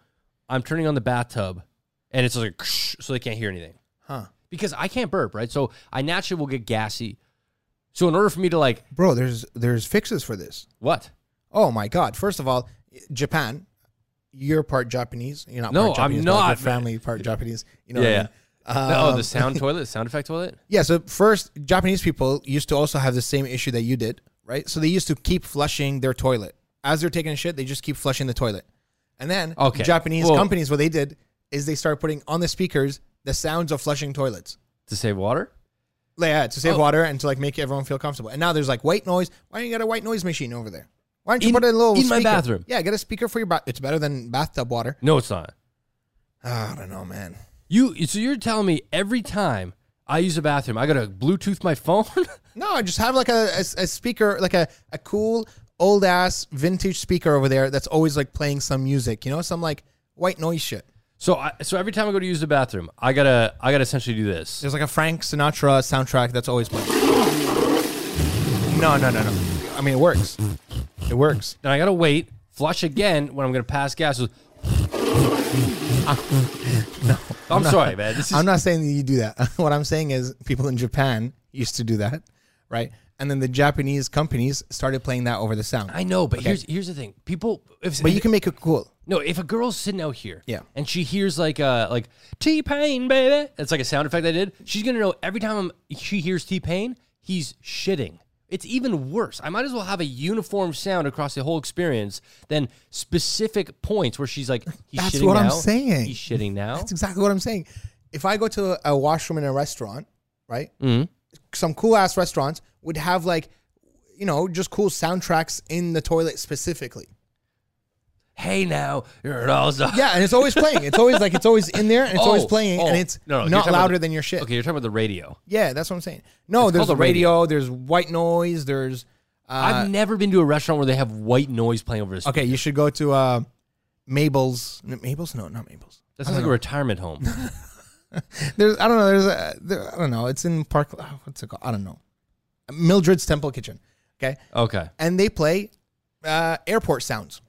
I'm turning on the bathtub, and it's like so they can't hear anything Huh. because I can't burp, right? So I naturally will get gassy. So in order for me to like Bro, there's there's fixes for this. what? Oh my god. First of all, Japan, you're part Japanese. You're not No, part Japanese. I'm but like, not, your family part Japanese. You know Yeah, what I mean? oh, Um, the sound toilet, the sound effect toilet. Yeah, so first, Japanese people used to also have the same issue that you did, right? So they used to keep flushing their toilet. As they're taking a shit, they just keep flushing the toilet. And then Okay. Japanese Well- companies, what they did is they started putting on the speakers the sounds of flushing toilets. To save water? Like, Yeah, to save Oh. water and to like make everyone feel comfortable. And now there's like white noise. Why don't you get a white noise machine over there? Why don't you In- put a little in my speaker? bathroom. Yeah, get a speaker for your bath. It's better than bathtub water. No, it's not. Ah, I don't know, man. You so you're telling me every time I use a bathroom, I gotta Bluetooth my (laughs) phone? No, just have like a, a, a speaker, like a, a cool old ass vintage speaker over there that's always like playing some music, you know, some like white noise shit. so I, so every time I go to use the bathroom, I gotta I gotta essentially do this. There's like a Frank Sinatra soundtrack that's always playing. No, no, no, no. I mean, it works. It works. Then I gotta wait, flush again when I'm gonna pass (laughs) gas. (laughs) no, I'm, sorry, man. This is I'm not saying that you do that. (laughs) what I'm saying is people in Japan used to do that, right? And then the Japanese companies started playing that over the sound. I know, but here's here's the thing. People, if, But you can make it cool. No, if a girl's sitting out here, Yeah. and she hears like uh like T Pain, baby, it's like a sound effect I did. She's gonna know every time i she hears T Pain, he's shitting. It's even worse. I might as well have a uniform sound across the whole experience than specific points where she's like, he's That's shitting what I'm now, saying. He's shitting now. That's exactly what I'm saying. If I go to a, a washroom in a restaurant, right? Mm-hmm. Some cool ass restaurants would have like, you know, just cool soundtracks in the toilet specifically. hey now, you're an all Yeah, and (laughs) it's always playing. It's always like it's always in there and it's always Oh, playing oh. and it's No, no, you're not talking about louder the- than your shit. Okay, you're talking about the radio. Yeah, that's what I'm saying. No, there's called a the radio, there's white noise, there's I've never been to a restaurant where they have white noise playing over this. Uh, Okay, you should go to uh Mabel's N- Mabel's? No, not Mabel's. that sounds like a retirement home. (laughs) There's I don't know, there's a there, I don't know. It's in Park oh, what's it called? I don't know. Mildred's Temple Kitchen. Okay. okay, and they play uh, airport sounds.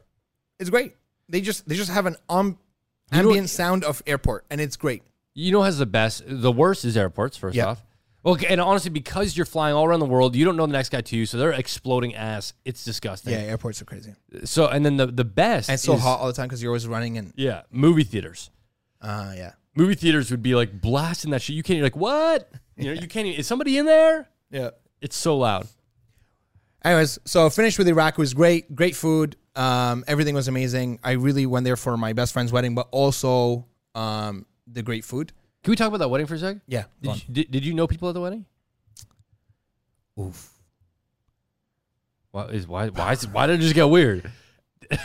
It's great. They just they just have an um, know- ambient sound of airport, and it's great. You know, what has the best. The worst is airports. First Yeah. off, well, okay, and honestly, because you're flying all around the world, you don't know the next guy to you, so they're exploding ass. It's disgusting. Yeah, airports are crazy. So, and then the the best. And it's so is- hot all the time because you're always running and Yeah, movie theaters. uh, yeah, Movie theaters would be like blasting that shit. You can't. You're like, what? You know, you can't. Even, is somebody in there? yeah. It's so loud. Anyways, so finished with Iraq It was great. Great food. Um, everything was amazing. I really went there for my best friend's wedding, but also um, the great food. Can we talk about that wedding for a sec? Yeah, go Did on. you, did, did you know people at the wedding? Oof. Why is why why is, why did it just get weird? (laughs)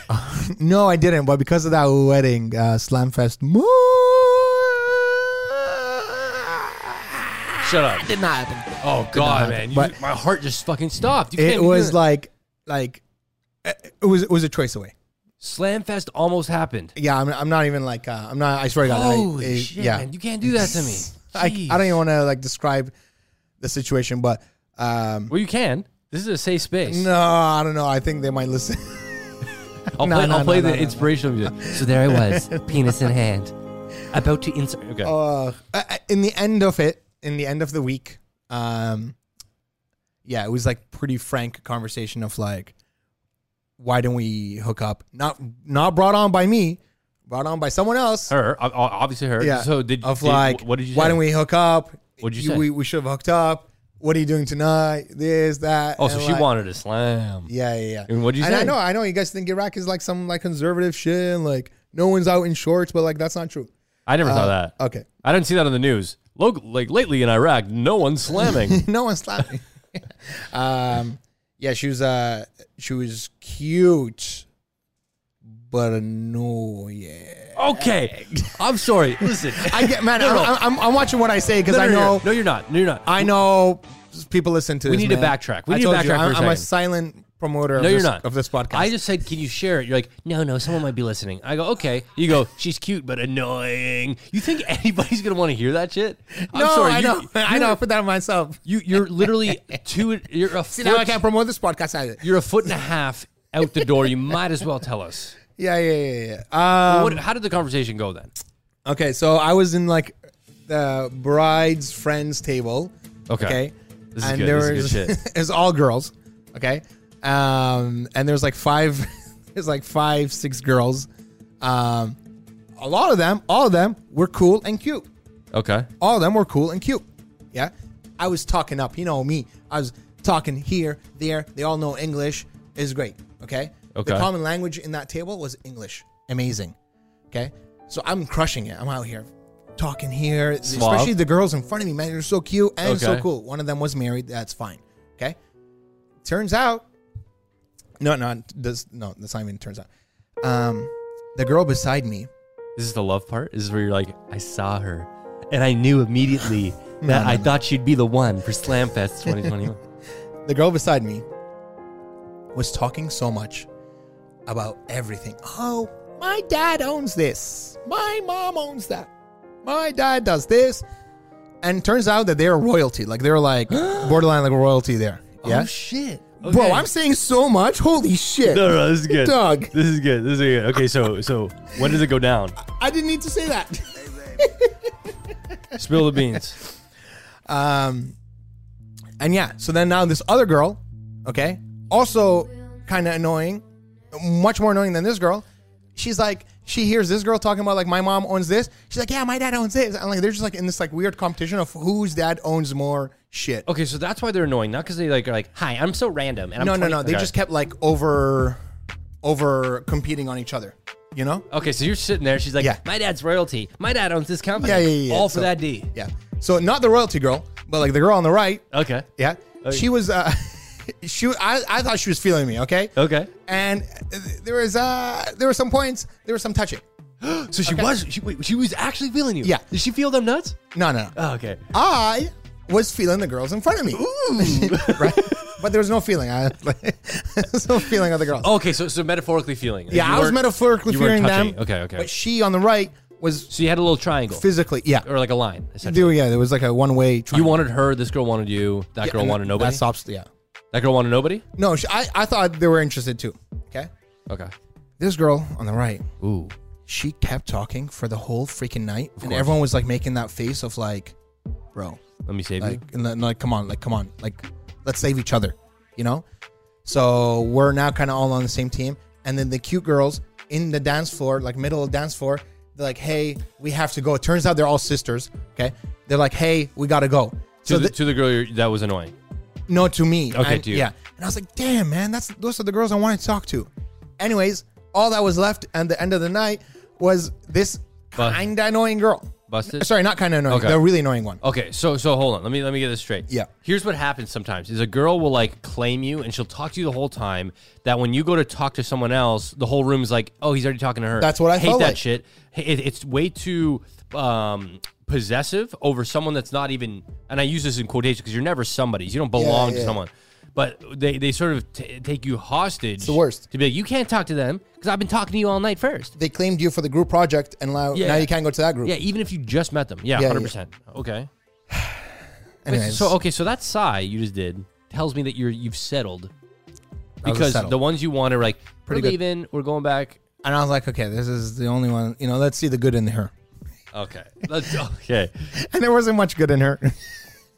No, I didn't. But because of that wedding, uh, Slamfest. Shut up. Did not happen. Oh god, happen, man, You- but- my heart just fucking stopped. You can't it be was doing- like like uh, it was it was a choice away. Slamfest almost happened. Yeah, I'm, I'm not even like uh, I'm not. I swear to God, I- Holy it- shit, yeah. man. You can't do that to me. (laughs) I, I Jeez. don't even want to like describe the situation, but um, Well, you can. This is a safe space. no, I don't know. I think they might listen. (laughs) I'll No, play, no, I'll no, play no, the no. inspirational music. So there I was, penis in hand, about to insert. Okay. Uh, uh, in the end of it, in the end of the week, um, yeah, it was like pretty frank conversation of like, why don't we hook up? Not not brought on by me, brought on by someone else. her, o- o- obviously her. Yeah. So did of did- like What did you? Why say? don't we hook up? What'd you say? We, we should have hooked up. What are you doing tonight? This that. Oh, so and she like- wanted a slam. Yeah, yeah, yeah. And what'd you and I say? know, I know. You guys think Iraq is like some like conservative shit, and like no one's out in shorts, but like that's not true. I never Uh, saw that. Oh, Okay, (laughs) I didn't see that on the news. Loc like lately in Iraq, no one's (laughs) slamming. no one's laughing. um, yeah, she was uh, she was cute, but no, yeah. Okay, I'm sorry. (laughs) Listen, I get man. no, no. I'm, I'm, I'm watching what I say because No, I no, no, know No, you're not. No, you're not. I know people listen to. We this, need to man. backtrack. We I need to told you, backtrack for I'm, a I'm second. a silent promoter. no, of you're this, not of this podcast. I just said, "Can you share it?" You're like, "No, no, someone might be listening." I go, "Okay." You go, "She's cute but annoying." You think (laughs) anybody's gonna want to hear that shit? I'm no, sorry. I you, know. (laughs) I you're- know. I put that on myself. You, you're literally two. You're a (laughs) See, foot, now I can't promote this podcast either. You're a foot and a half out the door. You might as well tell us. Yeah, yeah, yeah, yeah. Um, what, how did the conversation go then? okay, so I was in like the bride's friends table. Okay. Okay. This is good. This is good was, (laughs) it was all girls. Okay. Um, and there's like five, (laughs) there's like five, six girls. Um, a lot of them, all of them were cool and cute. Okay. All of them were cool and cute. Yeah. I was talking up. You know me. I was talking here, there. They all know English is great. Okay. Okay. The common language in that table was English. Amazing. Okay. So I'm crushing it. I'm out here talking here, Suave. especially the girls in front of me, man. They're so cute and so Okay. cool. One of them was married. That's fine. Okay. Turns out, no, no, does no. That's not even turns out. Um, the girl beside me. This is the love part. This is where you're like, I saw her, and I knew immediately (laughs) that I thought she'd be the one for Slam Fest 2021. the girl beside me was talking so much about everything. Oh, my dad owns this. My mom owns that. My dad does this. And turns out that they're royalty. Like they're like borderline like royalty there. Yeah. Oh shit, Bro, I'm saying so much. (laughs) Holy shit. No, no, this is good. Dog. This is good. This is good. Okay, so so when does it go down? I didn't need to say that. (laughs) Spill the beans. Um, and yeah, so then now this other girl, okay, also kind of annoying, much more annoying than this girl. She's like, she hears this girl talking about like my mom owns this. She's like, yeah, my dad owns this. And like they're just like in this like weird competition of whose dad owns more shit. Okay, so that's why they're annoying, not because they like are like, "Hi, I'm so random." And I'm No, no, 20 no. They Okay. just kept like over, over competing on each other. You know? Okay, so you're sitting there. She's like, Yeah. "My dad's royalty. My dad owns this company. Yeah, yeah, yeah. All for So- that D." Yeah. So not the royalty girl, but like the girl on the right. Okay. Yeah. She was. uh (laughs) She. I. I thought she was feeling me. Okay. Okay. and uh, there was uh there were some points there was some touching So she was. She, wait, she was actually feeling you. Yeah. Did she feel them nuts? no no, no. Oh, okay. i was feeling the girls in front of me (laughs) right but there was no feeling i (laughs) was no feeling of the girls Oh, Okay, so so metaphorically feeling. yeah You i was weren't- metaphorically you weren't feeling them touching. Okay, okay. but she on the right was so you had a little triangle, physically yeah or like a line. Essentially. There- yeah there was like a one-way You triangle. wanted her. This girl wanted you. That Yeah, girl and wanted nobody. that stops yeah That girl wanted nobody. no she, I, I thought they were interested too okay Okay. this girl on the right Ooh. she kept talking for the whole freaking night and everyone was like making that face of like bro Let me save you. like and then, like come on like come on like let's save each other you know so we're now kind of all on the same team and then the cute girls in the dance floor like middle of the dance floor they're like hey we have to go it turns out they're all sisters okay they're like hey we gotta go To, so the, th- to the girl you're, that was annoying. no to me Okay, And- to you. yeah and i was like damn man that's those are the girls i wanted to talk to anyways all that was left at the end of the night was this Bus- kind of annoying girl Busted? sorry not kind of annoying Okay. the really annoying one Okay, so so hold on. Let me let me get this straight. Yeah. Here's what happens sometimes is a girl will like claim you and she'll talk to you the whole time that when you go to talk to someone else, the whole room is like, "Oh, he's already talking to her." That's what I hate felt that like. shit. Hey, It, it's way too um possessive over someone that's not even and I use this in quotation because you're never somebody's. You don't belong to yeah. someone. But they, they sort of t- take you hostage. It's the worst. To be like, you can't talk to them because I've been talking to you all night first. they claimed you for the group project and now, Yeah. now you can't go to that group Yeah, even if you just met them. Yeah, Yeah, yeah. 100%. Okay. Wait, Anyways, so okay, so that sigh you just did tells me that you're you've settled was because settled. the ones you want are like Pretty we're good. leaving, we're going back. and I was like, okay, this is the only one. You know, let's see the good in her. (laughs) Okay, (laughs) let's okay. And there wasn't much good in her.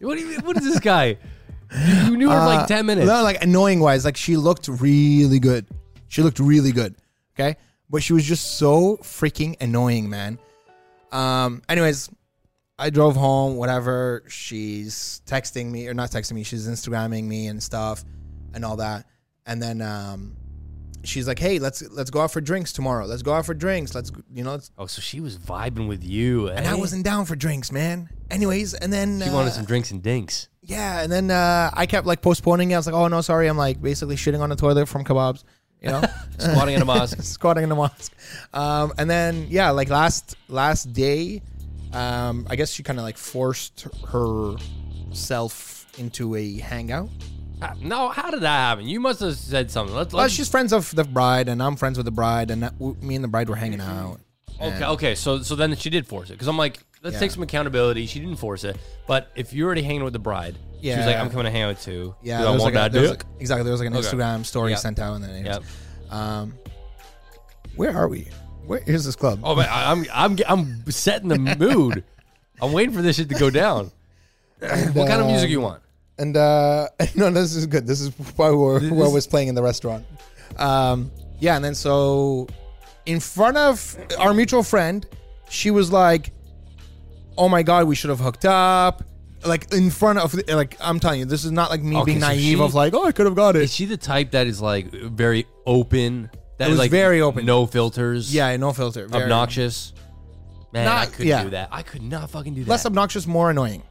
What do you, what is this guy? You, you knew her for like ten minutes. Uh, No, like annoying wise, like she looked really good. She looked really good. Okay, but she was just so freaking annoying, man. Um. Anyways, I drove home. Whatever. She's texting me or not texting me. She's Instagramming me and stuff, and all that. And then um, she's like, hey, let's let's go out for drinks tomorrow. Let's go out for drinks. Let's you know. Let's, Oh, so she was vibing with you, eh? and I wasn't down for drinks, man. Anyways, and then uh, She wanted some drinks and dinks. yeah, and then uh, I kept like postponing it. I was like, oh no, sorry, I'm like basically shitting on the toilet from kebabs. you (laughs) know, (laughs) (laughs) squatting in a mosque. squatting in the mosque. Um, and then yeah, like last last day, um, I guess she kind of like forced herself into a hangout. Ah, No, how did that happen? You must have said something. Let's. Well, let's she's friends of the bride, and I'm friends with the bride, and that- w- me and the bride were Mm-hmm. hanging out. okay, okay. So, so then she did force it because I'm like, let's Yeah. take some accountability. She didn't force it, but if you're already hanging with the bride, she was like, Yeah. I'm coming to hang out too. you Yeah, there don't was want like that a- there was dick? like- exactly. There was like an Okay. Instagram story Yep. sent out, and then Yep. um, where are we? Where is this club? Oh man, I- I'm I'm I'm setting the mood. I'm waiting for this shit to go down. what kind of music you want? And uh, (laughs) no, this is good. This is why we're, what was playing in the restaurant. Um, yeah, and then so in front of our mutual friend, she was like, "Oh my god, we should have hooked up." Like in front of, like I'm telling you, this is not like me Okay, being so naive she- of like, "Oh, I could have got Is it." she the type that is like very open? That is It was like very open. no filters. Yeah, no filter. Very- obnoxious. Man, I Not- could yeah. do that. I could not fucking do that. Less obnoxious, more annoying.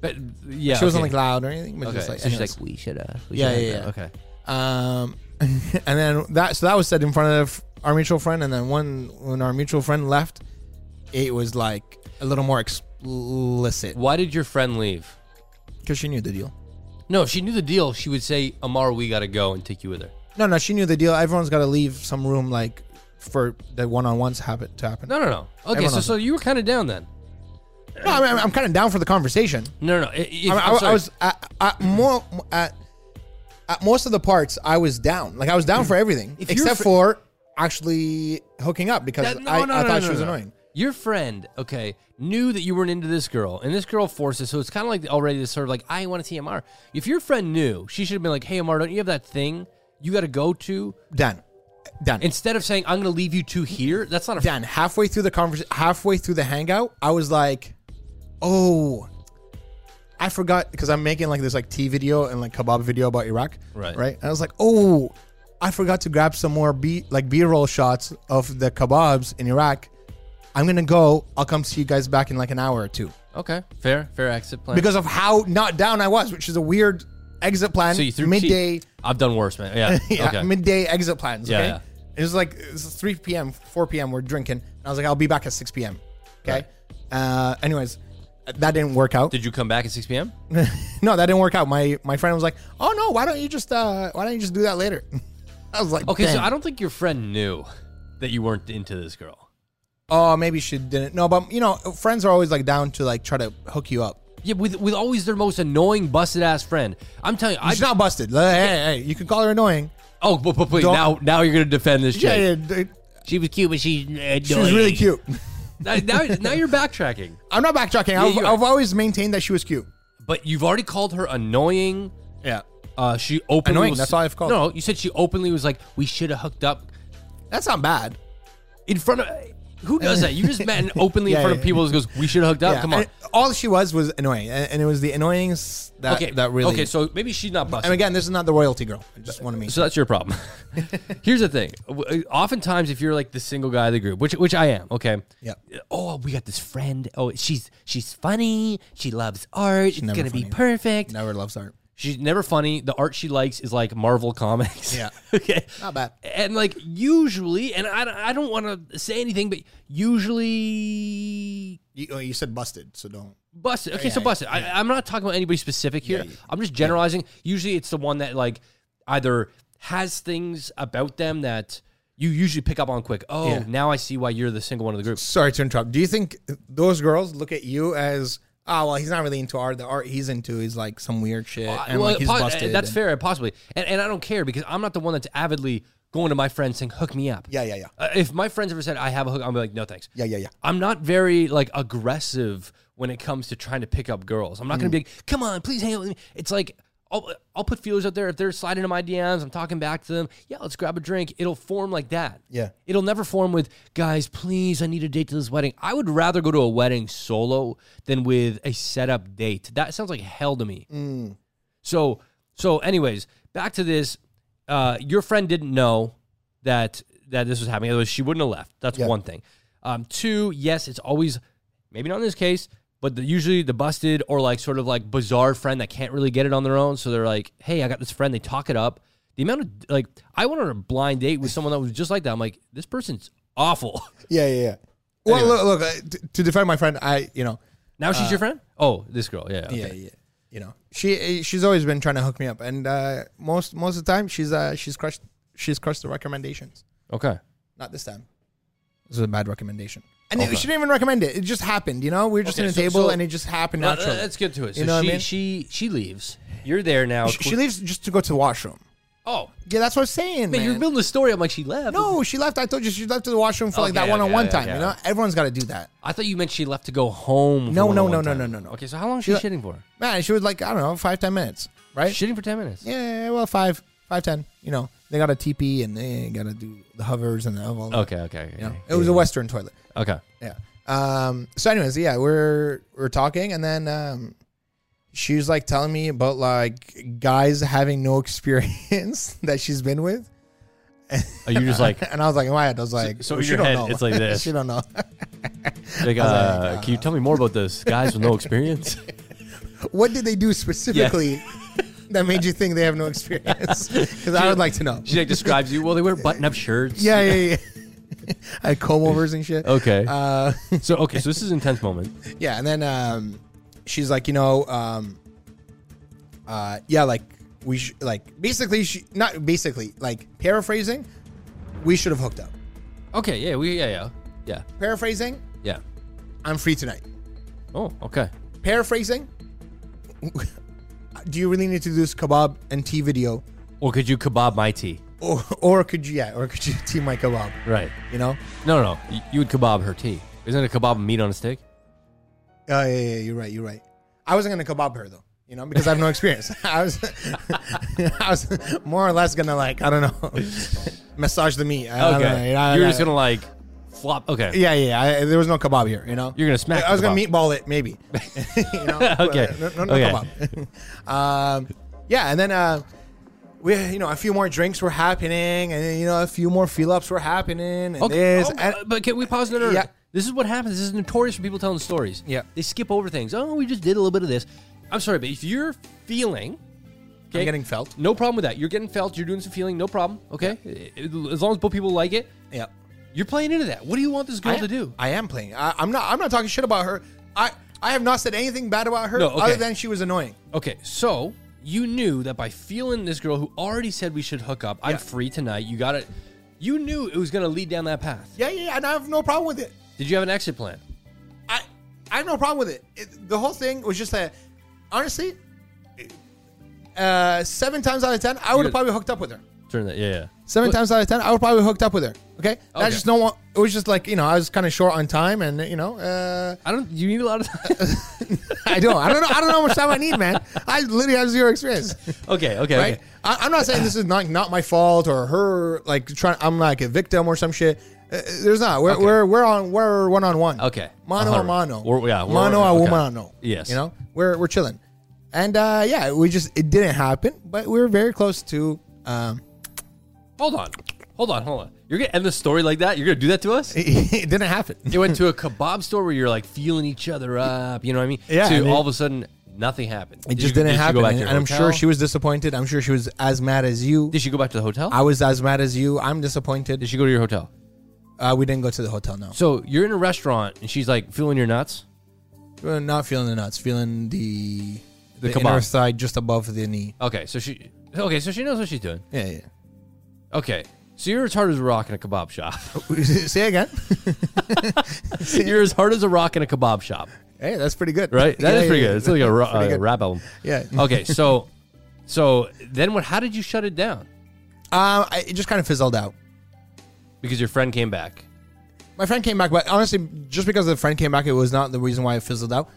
But, yeah, She wasn't okay. like loud or anything, but Okay, just like, so she's anyways. like, we should have. Yeah, yeah, yeah. Okay. Um, (laughs) and then that so that was said in front of our mutual friend, and then when when our mutual friend left, it was like a little more explicit Why did your friend leave? because she knew the deal. No, if she knew the deal. She would say, Amar, we got to go and take you with her. No, no, she knew the deal. Everyone's got to leave some room like for the one on ones happen to happen. No, No, no, no. Okay, Everyone so, else- so you were kind of down then. I mean, I'm, I'm kind of down for the conversation. No, no, no. I- if- I, mean, I'm I, I sorry. was at, at more at, at most of the parts. I was down. Like I was down for everything If you're except fr- for actually hooking up because That- no, I, no, I no, thought no, she was no. annoying. Your friend, okay, knew that you weren't into this girl, and this girl forced it. So it's kind of like already this sort of like, I want to see Amar. If your friend knew, she should have been like, Hey, Amar, don't you have that thing you got to go to? Done, done. Instead of saying, I'm going to leave you two here, that's not a Dan, halfway through the conversation, halfway through the hangout, I was like, "Oh, I forgot," because I'm making like this like tea video and like kebab video about Iraq, Right. Right. And I was like, "Oh, I forgot to grab some more b like b-roll shots of the kebabs in Iraq. I'm gonna go. I'll come see you guys back in like an hour or two Okay, fair, fair exit plan. because of how not down I was, which is a weird exit plan. so you threw midday, cheap. I've done worse, man. Yeah, (laughs) yeah, okay. midday exit plans. Yeah, Okay, yeah. it was like it was 3 p.m., 4 p.m. We're drinking, and I was like, I'll be back at 6 p.m. Okay. Uh, anyways, that didn't work out. Did you come back at 6 p.m.? (laughs) no, that didn't work out. My my friend was like, Oh no, why don't you just uh, why don't you just do that later? (laughs) I was like, Okay, so "Damn." I don't think your friend knew that you weren't into this girl. Oh, maybe she didn't. No, but you know, friends are always like down to like try to hook you up. Yeah, with with always their most annoying busted ass friend. I'm telling you, I She's not busted. Like, hey, hey, you can call her annoying. oh, but, but, but Don't- now now you're gonna defend this chick. Yeah, yeah. d- She was cute, but she uh, She was really cute. (laughs) now, now, now you're backtracking, I'm not backtracking. I've, you are. I've always maintained that she was cute. but you've already called her annoying. Yeah. Uh, she openly Annoying, was- that's all I've called No, you said she openly was like, "We should have hooked up That's not bad. in front of." Who does that? You just met (laughs) and openly Yeah, in front yeah. of people. who Goes, "We should have hooked up." Yeah, Oh, Come on. and all she was was annoying, and, and it was the annoying s- that okay, that really. Okay, so maybe she's not busted. and again, this is not the royalty girl. I just want to mean. So that's your (laughs) problem. Here's the thing. W- uh, Oftentimes, if you're like the single guy of the group, which which I am, okay. Yep. Oh, we got this friend. Oh, she's she's funny. She loves art. it's never gonna be funny. perfect. Never loves art. She's never funny. The art she likes is like Marvel comics. Yeah. (laughs) okay. Not bad. And like usually, and I, don't- I don't want to say anything, but usually You, oh, you said busted, so don't. Busted. Okay, Yeah, so yeah, busted. I, I'm not talking about anybody specific here. Yeah, yeah. I'm just generalizing. Usually, it's the one that like either has things about them that you usually pick up on quick. Oh, Yeah. now I see why you're the single one of the group. Sorry to interrupt. Do you think those girls look at you as? Oh well, he's not really into art. The art he's into is like some weird shit, and Uh, Well, like he's po- busted. That's and- fair, possibly. And, and I don't care because I'm not the one that's avidly going to my friends saying, "Hook me up." Yeah, yeah, yeah. Uh, if my friends ever said I have a hook, I'm like, no thanks. Yeah, yeah, yeah. I'm not very like aggressive when it comes to trying to pick up girls. I'm not Mm. gonna be like, come on, please hang out with me. It's like I'll, I'll put feelers out there if they're sliding to my DMs. I'm talking back to them. Yeah, let's grab a drink. It'll form like that. Yeah. It'll never form with guys. Please, I need a date to this wedding. I would rather go to a wedding solo than with a set up date. That sounds like hell to me. So so anyways, back to this. Uh, your friend didn't know that that this was happening. Otherwise, she wouldn't have left. That's Yeah. one thing. Um, two, yes, it's always maybe not in this case, but the, usually the busted or like sort of like bizarre friend that can't really get it on their own. So they're like, hey, I got this friend. They talk it up. the amount of like I went on a blind date with someone that was just like that. I'm like, this person's awful. (laughs) Yeah, yeah, yeah. Well, Anyway. look, look uh, t- to defend my friend, I, you know, Now she's your friend? Uh, Oh, this girl. Yeah. okay. yeah, yeah. You know, she uh, she's always been trying to hook me up, and uh, most most of the time she's uh, she's crushed she's crushed the recommendations. Okay. Not this time. This was a bad recommendation, and it- she didn't even recommend it. It just happened. You know, we were just Okay, in a so- table, so- and it just happened Now, naturally. let's get to it. So You know what I she, she mean? she leaves. You're there now. She- she leaves just to go to the washroom. oh, Yeah, that's what I'm saying. man, you're man. building a story. I'm like, she left. No, she left. I told you she left to the washroom for like Okay, that okay, one on one yeah, time. yeah. You know, everyone's got to do that. I thought you meant she left to go home. for No, one no, on no, one no, time. no, no, no. Okay, so how long is she She- shitting for? Man, she was like I don't know, five ten minutes, right? Shitting for ten minutes. yeah, well, five five ten. You know, they got a teepee and they got to do the hovers and the all. that, Okay, okay, okay. you know? it was a Western toilet. okay. Yeah. Um. So, anyways, yeah, we're we're talking, and then um, she was like telling me about like guys having no (laughs) experience (laughs) that she's been with, Are you just like, (laughs) and I was like, why? I was like, so in she your don't head, know. it's like this. (laughs) she don't know. like, uh, can you tell me more about this? Guys with no (laughs) experience. What did they do specifically (laughs) (laughs) that made you think they have no experience? (laughs) Because I would like to know. She like describes you. Well, they wear button-up shirts. Yeah, yeah, yeah. (laughs) I had comb overs and shit. Okay. Uh, so okay, so this is an intense moment. yeah, and then um, she's like, you know, um, uh, yeah, like we sh- like basically she not basically like paraphrasing, we should have hooked up. Okay. Yeah. We. Yeah. Yeah. Yeah. Paraphrasing, Yeah. I'm free tonight. Oh. Okay. Paraphrasing, (laughs) do you really need to do this kebab and tea video, Or could you kebab my tea? or or could you yeah, or could you (laughs) tea my kebab? Right. You know, No, no, no. You, you would kebab her tea. Isn't it a kebab meat on a stick? Oh yeah, yeah, you're right, you're right. I wasn't gonna kebab her though, you know, because I have no experience. (laughs) I was, I was more or less gonna like, I don't know, (laughs) massage the meat. I, I don't know, Okay. you know, I- You're just I- gonna like flop. Okay. Yeah, yeah. I, there was no kebab here, you know. You're gonna smack I, was the gonna kebab. meatball (laughs) it, maybe. (laughs) you know. but, Okay, uh, No, no, no okay. kebab. (laughs) um, yeah, and then uh, we, you know, a few more drinks were happening, and then, you know, a few more feel ups were happening, and Okay. this. Oh, and, but can we pause? No, no, no. Yeah. This is what happens. This is notorious for people telling stories. Yeah. They skip over things. Oh, we just did a little bit of this. I'm sorry, but if you're feeling, okay, I'm getting felt. No problem with that. You're getting felt. You're doing some feeling. No problem. Okay. As long as both people like it, Yeah. you're playing into that. What do you want this girl I, to do? I am playing. I, I'm not. I'm not talking shit about her. I I have not said anything bad about her No, okay. other than she was annoying. Okay, so you knew that by feeling this girl who already said we should hook up, I'm Yeah. free tonight. You got it. You knew it was going to lead down that path. Yeah, yeah, yeah, and I have no problem with it. Did you have an exit plan? I I have no problem with it. it the whole thing was just that. Honestly, uh, seven times out of ten, I would You're- have probably hooked up with her. Turn that. Yeah. yeah. Seven What- times out of ten, I would probably hooked up with her. Okay, I Okay. just don't want. It was just like you know, I was kind of short on time, and you know, uh, (laughs) I don't. You need a lot of. (laughs) Time? I don't, I don't know, I don't know how much time I need, man. I literally have zero experience. okay. Okay. right? Okay. I, I'm not saying this is not not my fault or her like trying. I'm like a victim or some shit. Uh, there's not. We're Okay. we're we're on we're one on one. Okay. mano a Uh-huh. mano. We're- yeah, we're- mano a okay. mano. Yes. you know we're we're chilling, and uh, yeah, we just it didn't happen, but we were very close to. Um, (laughs) Hold on. Hold on. Hold on. You're gonna end the story like that? You're gonna do that to us? it didn't happen. It went to a kebab store where you're like feeling each other up. You know what I mean? Yeah, To and it- all of a sudden, nothing happened. It just didn't happen, and, and I'm sure she Was- was disappointed. I'm sure she was as mad as you. did she go back to the hotel? I was as mad as you. I'm disappointed. did she go to your hotel? Uh, we didn't go to the hotel. No, So you're in a restaurant and she's like feeling your nuts. We're not feeling the nuts. Feeling the the, kebab. inner thigh just above the knee. Okay, so she okay, so she knows what she's doing. Yeah, yeah. Okay, so you're as hard as a rock in a kebab (laughs) shop. (laughs) Say again. you're as hard as a rock in a kebab shop, Hey, that's pretty good, right? That is Yeah, yeah, pretty yeah. good. It's like a ra- (laughs) Pretty uh, good. rap album. Yeah. Okay, so so then what? How did you shut it down? Uh, I, it just kind of fizzled out. Because your friend came back. My friend came back, but honestly, just because the friend came back, it was not the reason why it fizzled out.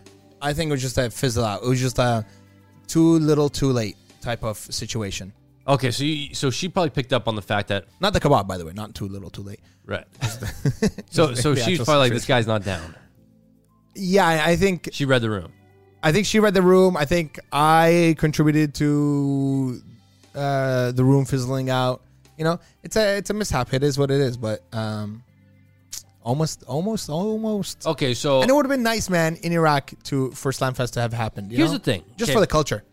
I think it was just that fizzle out. It was just a too little, too late type of situation. Okay, so you, so she probably picked up on the fact that Not the kebab, by the way. Not too little, too late. right. (laughs) so (laughs) so the she's actual probably like this guy's not down. Yeah, I, I think She read the room. I think she read the room. I think I contributed to uh, the room fizzling out. You know, it's a it's a mishap. It is what it is. But um, almost, almost, almost. Okay, so And it would have been nice, man, in Iraq to for Slamfest to have happened. you Here's know? the thing. just Okay. for the culture.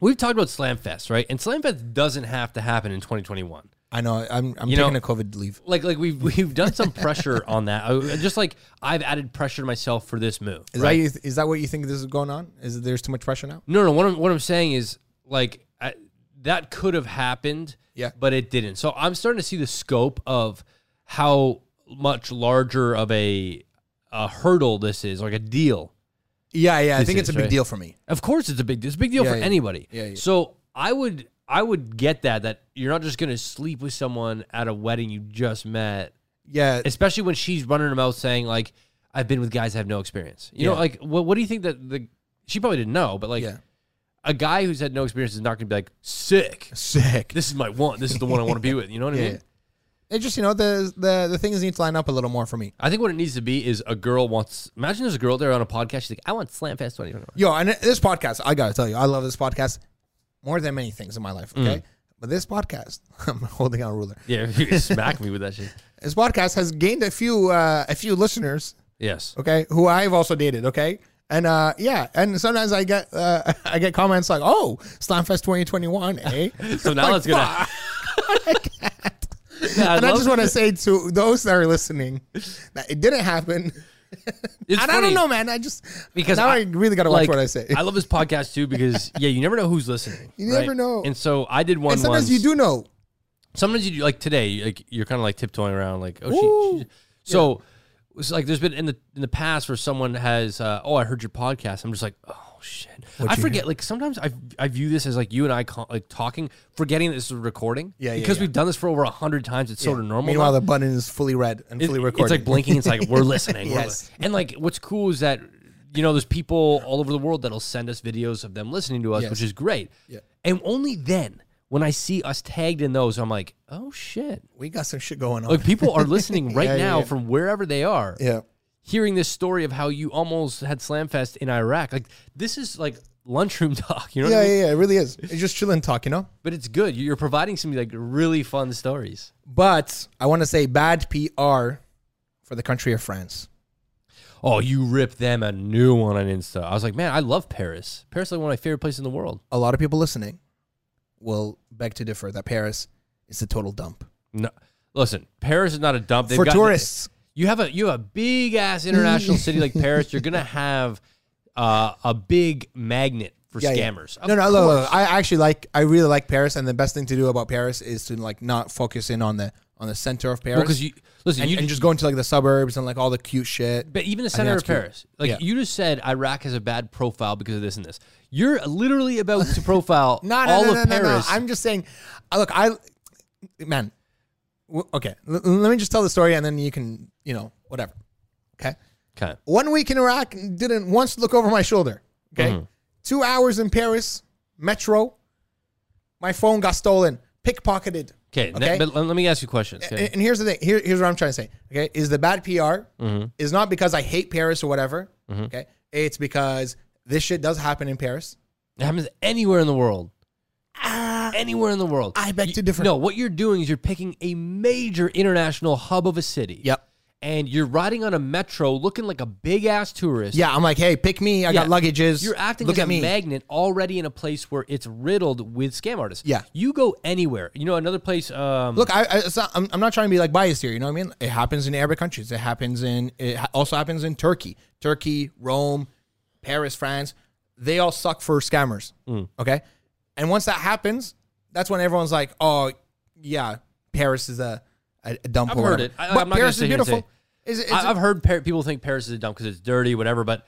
We've talked about Slamfest, right? And Slamfest doesn't have to happen in 2021. I know. I'm I'm You taking know- a COVID leave. Like, like we've we've done some (laughs) pressure on that. I- just like I've added pressure to myself for this move. Is right? that you- is that what you think this is going on? Is there's too much pressure now? No, no. What I'm what I'm saying is like I, that could have happened. Yeah. But it didn't. So I'm starting to see the scope of how much larger of a a hurdle this is, like a deal. Yeah, yeah. I think is, it's a big right? deal for me. Of course, it's a big. It's a big deal Yeah, for yeah. anybody. Yeah, yeah. So I would, I would get that. That you're not just gonna sleep with someone at a wedding you just met, Yeah, especially when she's running her mouth saying like, "I've been with guys that have no experience." You know, Yeah. like what? What do you think that the? She probably didn't know, but like, Yeah. a guy who's had no experience is not gonna be like, "Sick, sick. this is my one. This is the one I want to be with." You know what I (laughs) Yeah. mean? It just you know the the the things need to line up a little more for me. I think what it needs to be is a girl wants. Imagine there's a girl there on a podcast. She's like, "I want Slam Fest (laughs) 2021." Yo, and this podcast, I gotta tell you, I love this podcast more than many things in my life. Mm. Okay, but this podcast, (laughs) I'm holding on a ruler. Yeah, you smack me with that shit. This podcast has gained a few uh, a few listeners. (laughs) Yes. Okay, who I've also dated. Okay, and uh, yeah, and sometimes I get uh, (laughs) I get comments like, "Oh, Slamfest (laughs) 2021," eh? So now it's gonna. (laughs) Yeah, I and I love- just want to say to those that are listening that it didn't happen. It's and I funny don't know, man. I just because now I, really gotta watch like, what I say. I love this podcast too because yeah, you never know who's listening. You right? never know. And so I did one. and once. sometimes you do know. Sometimes you do, like today. Like you're kind of like tiptoeing around. Like oh, she, she- so it was like there's been in the in the past where someone has uh, oh I heard your podcast. I'm just like oh shit. I you forget. Like sometimes I I view this as like you and I con- like talking, forgetting that this is a recording. Yeah, yeah, Because yeah. we've done this for over a hundred times. It's sort of normal. now. Meanwhile, the button is fully red and It- fully recorded. It's like blinking. It's (laughs) like we're listening. we're Yes. li- and like what's cool is that you know there's people all over the world that'll send us videos of them listening to us, Yes. which is great. Yeah. And only then when I see us tagged in those, I'm like, oh shit! we got some shit going on. Like people are (laughs) listening right Yeah, yeah, now yeah. from wherever they are, yeah, hearing this story of how you almost had Slamfest in Iraq. Like this is like lunchroom (laughs) talk, you know? what yeah, I mean? yeah, yeah. It really is. It's just chilling talk, you know. But it's good. You're providing some like really fun stories. But I want to say bad PR for the country of France. Oh, you ripped them a new one on Insta. I was like, man, I love Paris. Paris is like one of my favorite places in the world. A lot of people listening will beg to differ that Paris is a total dump No, listen, Paris is not a dump They've for got- tourists. You have a you have a big ass international city like Paris. You're (laughs) gonna have uh, a big magnet for Yeah, yeah. scammers. No, Of no, look, course. look, I actually like. I really like Paris, and the best thing to do about Paris is to like not focus in on the on the center of Paris. Well, 'cause you listen, and, you and just go into like the suburbs and like all the cute shit. but even the center that's of Paris, like Yeah. you just said, Iraq has a bad profile because of this and this. You're literally about to profile (laughs) No, no, all no, of no, no, no. Paris. I'm just saying. uh, Look, I, man. w- Okay, l- let me just tell the story, and then you can, you know, whatever. Okay. okay. One week in Iraq, didn't once look over my shoulder. Okay. Mm-hmm. Two hours in Paris metro. My phone got stolen, pickpocketed. Okay, ne- but let, let me ask you questions. Okay? And, and here's the thing. Here, here's what I'm trying to say. Okay, is the bad PR Mm-hmm. is not because I hate Paris or whatever. Okay, it's because this shit does happen in Paris. It happens anywhere in the world. anywhere in the world. uh, I beg You- to differ. No, what you're doing is you're picking a major international hub of a city. Yep. And you're riding on a metro looking like a big ass tourist. Yeah, I'm like, hey, pick me. I got Yeah. luggages. You're acting Look as at a me. magnet already in a place where it's riddled with scam artists. Yeah. You go anywhere. You know, another place. Um, Look, I, I it's not, I'm, I'm not trying to be like biased here. You know what I mean? It happens in Arab countries. It happens in. It ha- also happens in Turkey, Turkey, Rome, Paris, France. They all suck for scammers. Mm. Okay, and once that happens, that's when everyone's like, oh yeah, Paris is a a, a dump. I've or heard whatever. it. I- but I'm not gonna Paris sit is here and beautiful. say- Is, is, I, I've heard Par- people think Paris is a dump because it's dirty, whatever, but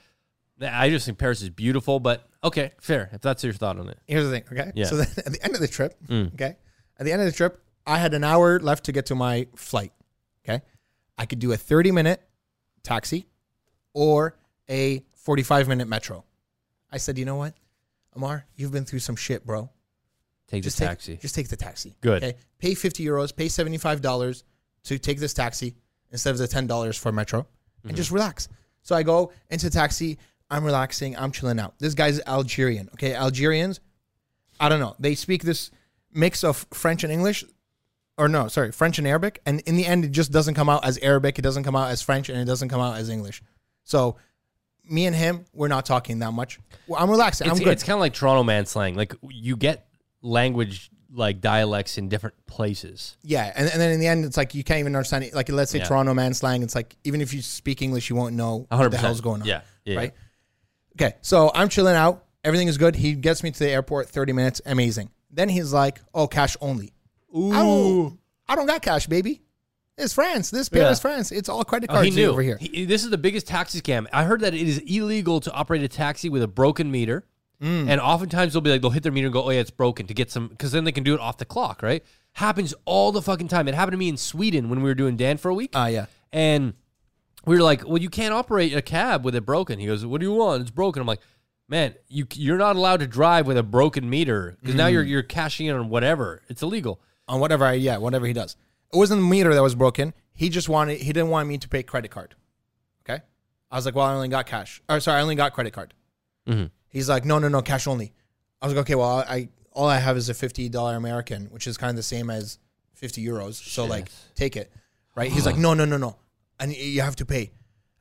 I just think Paris is beautiful. But okay, fair. If that's your thought on it. here's the thing. Okay, Yeah. so (laughs) then at the end of the trip, okay, at the end of the trip, I had an hour left to get to my flight. Okay, I could do a 30 minute taxi or a 45 minute metro. I said, you know what, Amar, you've been through some shit, bro. Take Just the take, taxi. Just take the taxi. Good. Pay 50 euros. Pay 75 dollars to take this taxi instead of the 10 dollars for metro, Mm-hmm. and just relax. So I go into the taxi. I'm relaxing. I'm chilling out. This guy's Algerian. Okay, Algerians. I don't know. They speak this mix of French and English, or no, sorry, French and Arabic. And in the end, it just doesn't come out as Arabic. It doesn't come out as French, and it doesn't come out as English. So me and him, we're not talking that much. Well, I'm relaxed. I'm It's, good. it's kind of like Toronto man slang. Like you get language like dialects in different places. yeah, and, and then in the end, it's like you can't even understand it. Like let's say Yeah. Toronto man slang. It's like even if you speak English, you won't know what the 100%. hell's going on. Yeah, yeah, right. Okay, so I'm chilling out. Everything is good. He gets me to the airport. Thirty minutes, amazing. Then he's like, "Oh, cash only." Ooh, I don't, I don't got cash, baby. It's France. This payment Yeah. is France. It's all credit Oh, cards he knew. over here. He- this is the biggest taxi scam. I heard that it is illegal to operate a taxi with a broken meter. And oftentimes they'll be like, they'll hit their meter and go, oh, yeah, it's broken to get some, because then they can do it off the clock, right? Happens all the fucking time. It happened to me in Sweden when we were doing Dan for a week. Ah, yeah. And we were like, well, you can't operate a cab with it broken. He goes, what do you want? It's broken. I'm like, man, you, you're not allowed to drive with a broken meter because now you're, you're cashing in on whatever. It's illegal. on whatever I yeah, whatever he does. It wasn't the meter that was broken. He just wanted he didn't want me to pay credit card. Okay? I was like, well, I only got cash. Or sorry, I only got credit card. He's like, no, no, no, cash only. I was like, okay, well, I all I have is a fifty dollar American, which is kind of the same as fifty euros. So like, take it, right? He's like, no, no, no, no, and you have to pay.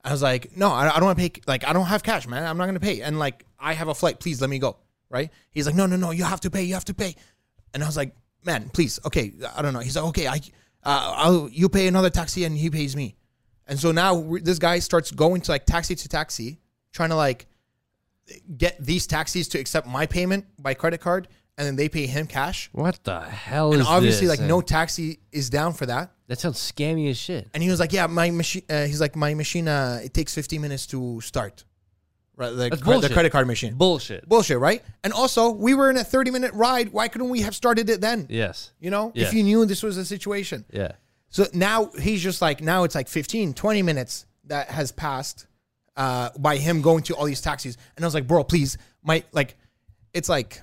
I was like, no, I, I don't want to pay. Like, I don't have cash, man. I'm not gonna pay. And like, I have a flight. Please let me go, right? He's like, no, no, no, you have to pay. You have to pay. And I was like, man, please, okay. I don't know. He's like, okay, I, uh, I'll you pay another taxi and he pays me. And so now we- this guy starts going to like taxi to taxi, trying to like get these taxis to accept my payment by credit card and then they pay him cash. What the hell And is obviously, this? like, no taxi is down for that. That sounds scammy as shit. And he was like, "Yeah, my machine." Uh, he's like, "My machine. Uh, it takes 15 minutes to start, right? Like That's cre- the bullshit. credit card machine. Bullshit. Bullshit, right? And also, we were in a 30 minute ride. Why couldn't we have started it then? Yes. You know, Yeah. if you knew this was a situation. Yeah. So now he's just like, now it's like 15, 20 minutes that has passed uh, by him going to all these taxis. And I was like, bro, please, my like, it's like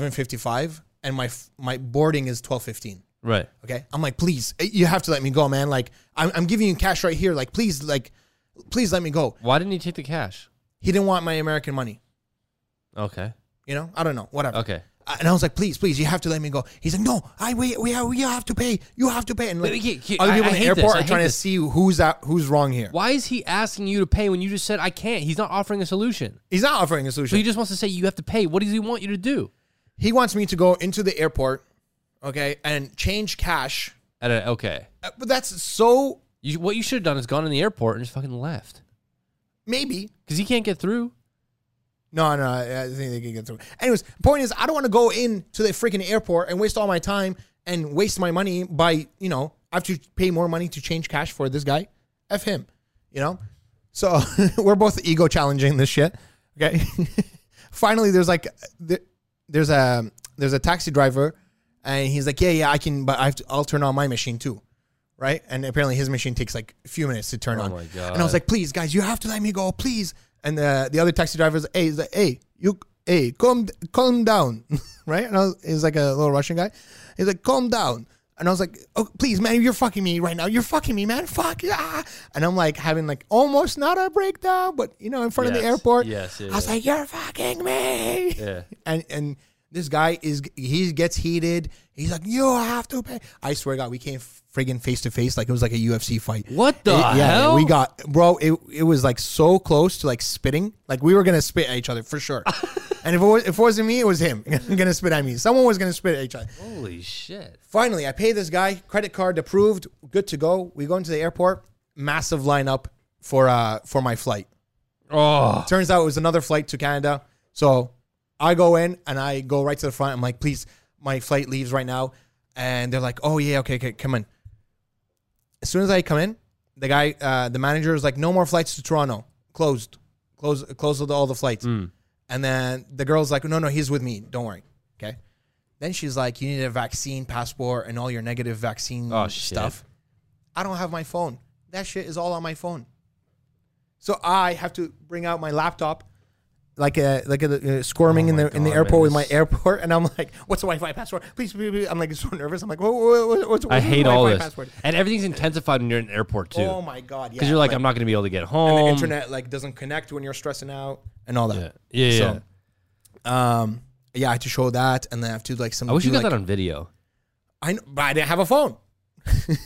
11:55, and my f- my boarding is 12:15. Right. Okay. I'm like, please, eh, you have to let me go, man. Like, I'm, I'm giving you cash right here. Like, please, like, please let me go. Why didn't he take the cash? He didn't want my American money. Okay. You know, I don't know, whatever. Okay. Uh, And I was like, please, please, you have to let me go. He's like, no, I we we have, you have to pay. You have to pay. And like, But he- he- other I- people I in the hate this. airport I are hate trying to this. see who's out, who's wrong here. Why is he asking you to pay when you just said I can't? He's not offering a solution. He's not offering a So solution. he just wants to say you have to pay. What does he want you to do? he wants me to go into the airport, okay, and change cash. At a, okay. Uh, But that's so You, what you should have done is gone in the airport and just fucking left maybe. because he can't get through. No, no, I I think they can get through. Anyways, point is, I don't want to go in to the freaking airport and waste all my time and waste my money by you know I have to pay more money to change cash for this guy. F him, you know. So (laughs) we're both ego challenging this shit. Okay. (laughs) Finally, there's like there- there's a there's a taxi driver, and he's like, yeah, yeah, I can, but I have to, I'll turn on my machine too. Right, and apparently his machine takes like a few minutes to turn on. Oh my And I was God. like, please, guys, you have to let me go, please. And the the other taxi driver's hey, he's like, hey, you, hey, calm, calm down, (laughs) right? And I was, he's like a little Russian guy. He's like, calm down. And I was like, oh, please, man, you're fucking me right now. You're fucking me, man. Fuck yeah. And I'm like having like almost not a breakdown, but you know, in front of the Yes. airport. Yes, yeah, I was yeah. like, you're fucking me. Yeah. (laughs) And and this guy is he gets heated. He's like, you have to pay. I swear to God, we came friggin' face to face like it was like a UFC fight. What the It- hell? we got bro. It it was like so close to like spitting. Like we were gonna spit at each other for (laughs) sure. and if it, was, if it wasn't me, it was him (laughs) gonna spit at me. Someone was gonna spit at each other. Holy shit. Finally, I pay this guy. Credit card approved. Good to go. We go into the airport. Massive lineup for uh for my flight. Oh. Turns out it was another flight to Canada. So I go in and I go right to the front. I'm like, please, my flight leaves right now. And they're like, oh yeah, okay, okay, come in. As soon as I come in, the guy, uh, the manager is like, no more flights to Toronto. Closed. Close, close all the flights. Hmm. And then the girl's like, no, no, he's with me. Don't worry. Okay. Then she's like, you need a vaccine passport and all your negative vaccine Oh, shit. stuff. I don't have my phone. That shit is all on my phone. So I have to bring out my laptop, like a like a uh, squirming in the in the Oh God, airport man, with my this- airport, and I'm like, "What's the Wi-Fi password? Please, please, please." I'm like so nervous. I'm like, "Whoa, whoa, whoa, "What's, what's I the hate Wi-Fi all this. password?" And everything's intensified when you're in the airport too. Oh my god! Yeah, Because you're like, I'm not going to be able to get home. The internet like doesn't connect when you're stressing out and all that. Yeah. Yeah. yeah. So, um, yeah, I had to show that, and then I have to like some. I wish you do, got like, that on video. I kn- but I didn't have a phone. (laughs)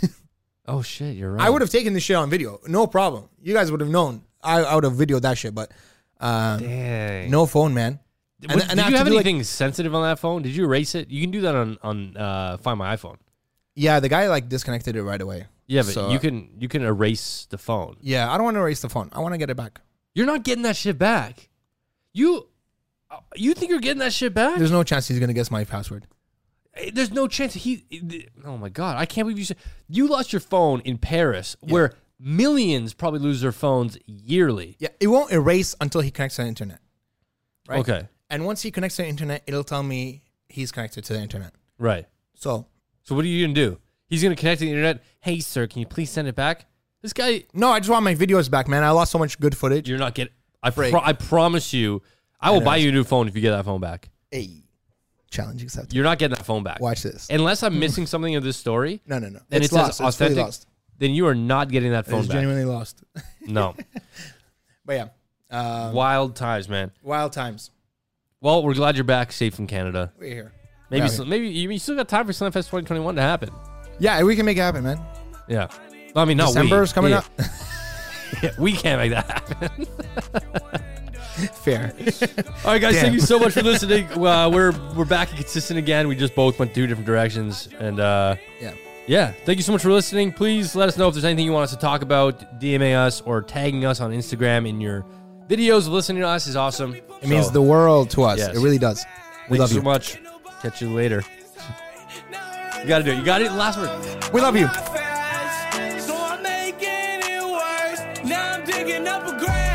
Oh shit, you're right. I would have taken this shit on video, no problem. You guys would have known. I, I would have videoed that shit, but um, Dang. No phone, man. What- and I did you have to do, like- anything sensitive on that phone? Did you erase it? You can do that on on uh, Find My iPhone. Yeah, the guy like disconnected it right away. Yeah, but So- you can you can erase the phone. Yeah, I don't want to erase the phone. I want to get it back. You're not getting that shit back. You uh, you think you're getting that shit back? There's no chance he's gonna guess my password. Eh, There's no chance he. th- Oh my god, I can't believe you said you lost your phone in Paris, where millions probably lose their phones yearly. Yeah, it won't erase until he connects to the internet. Right. Okay, And once he connects to the internet, it'll tell me he's connected to the internet. right. So So what are you gonna do? He's gonna connect to the internet. Hey, sir, can you please send it back? This guy, no, I just want my videos back, man. I lost so much good footage. you're not getting. I pro- Break. I promise you, I will buy you a new phone if you get that phone back. Hey, challenge accepted. You're not getting that phone back. Watch this. Unless (laughs) I'm missing something of this story. No, no, no. And It's it says lost. It's fully authentic. lost. Then you are not getting that It's phone back. genuinely lost. No. but yeah, (laughs) um, Wild times, man. wild times. Well, we're glad you're back safe in Canada. We're here. Maybe Yeah. sl- maybe you, you still got time for Slamfest 2021 to happen. Yeah, we can make it happen, man. Yeah. I mean, not we. December's coming Yeah, up. (laughs) (laughs) yeah, we can't make that happen. Fair. All right, guys, Damn. thank you so much for listening. uh, we're we're back and consistent again. We just both went two different directions, and uh, yeah. yeah, thank you so much for listening. Please let us know if there's anything you want us to talk about. DMA us or tagging us on Instagram in your videos. Listening to us is awesome. It means the world to us. Yes. It really does. We Thank love you you. so much. Catch you later. (laughs) You got to do it. You got it. Last word. We love you. fast, so I'm making it worse. Now I'm digging up a grave.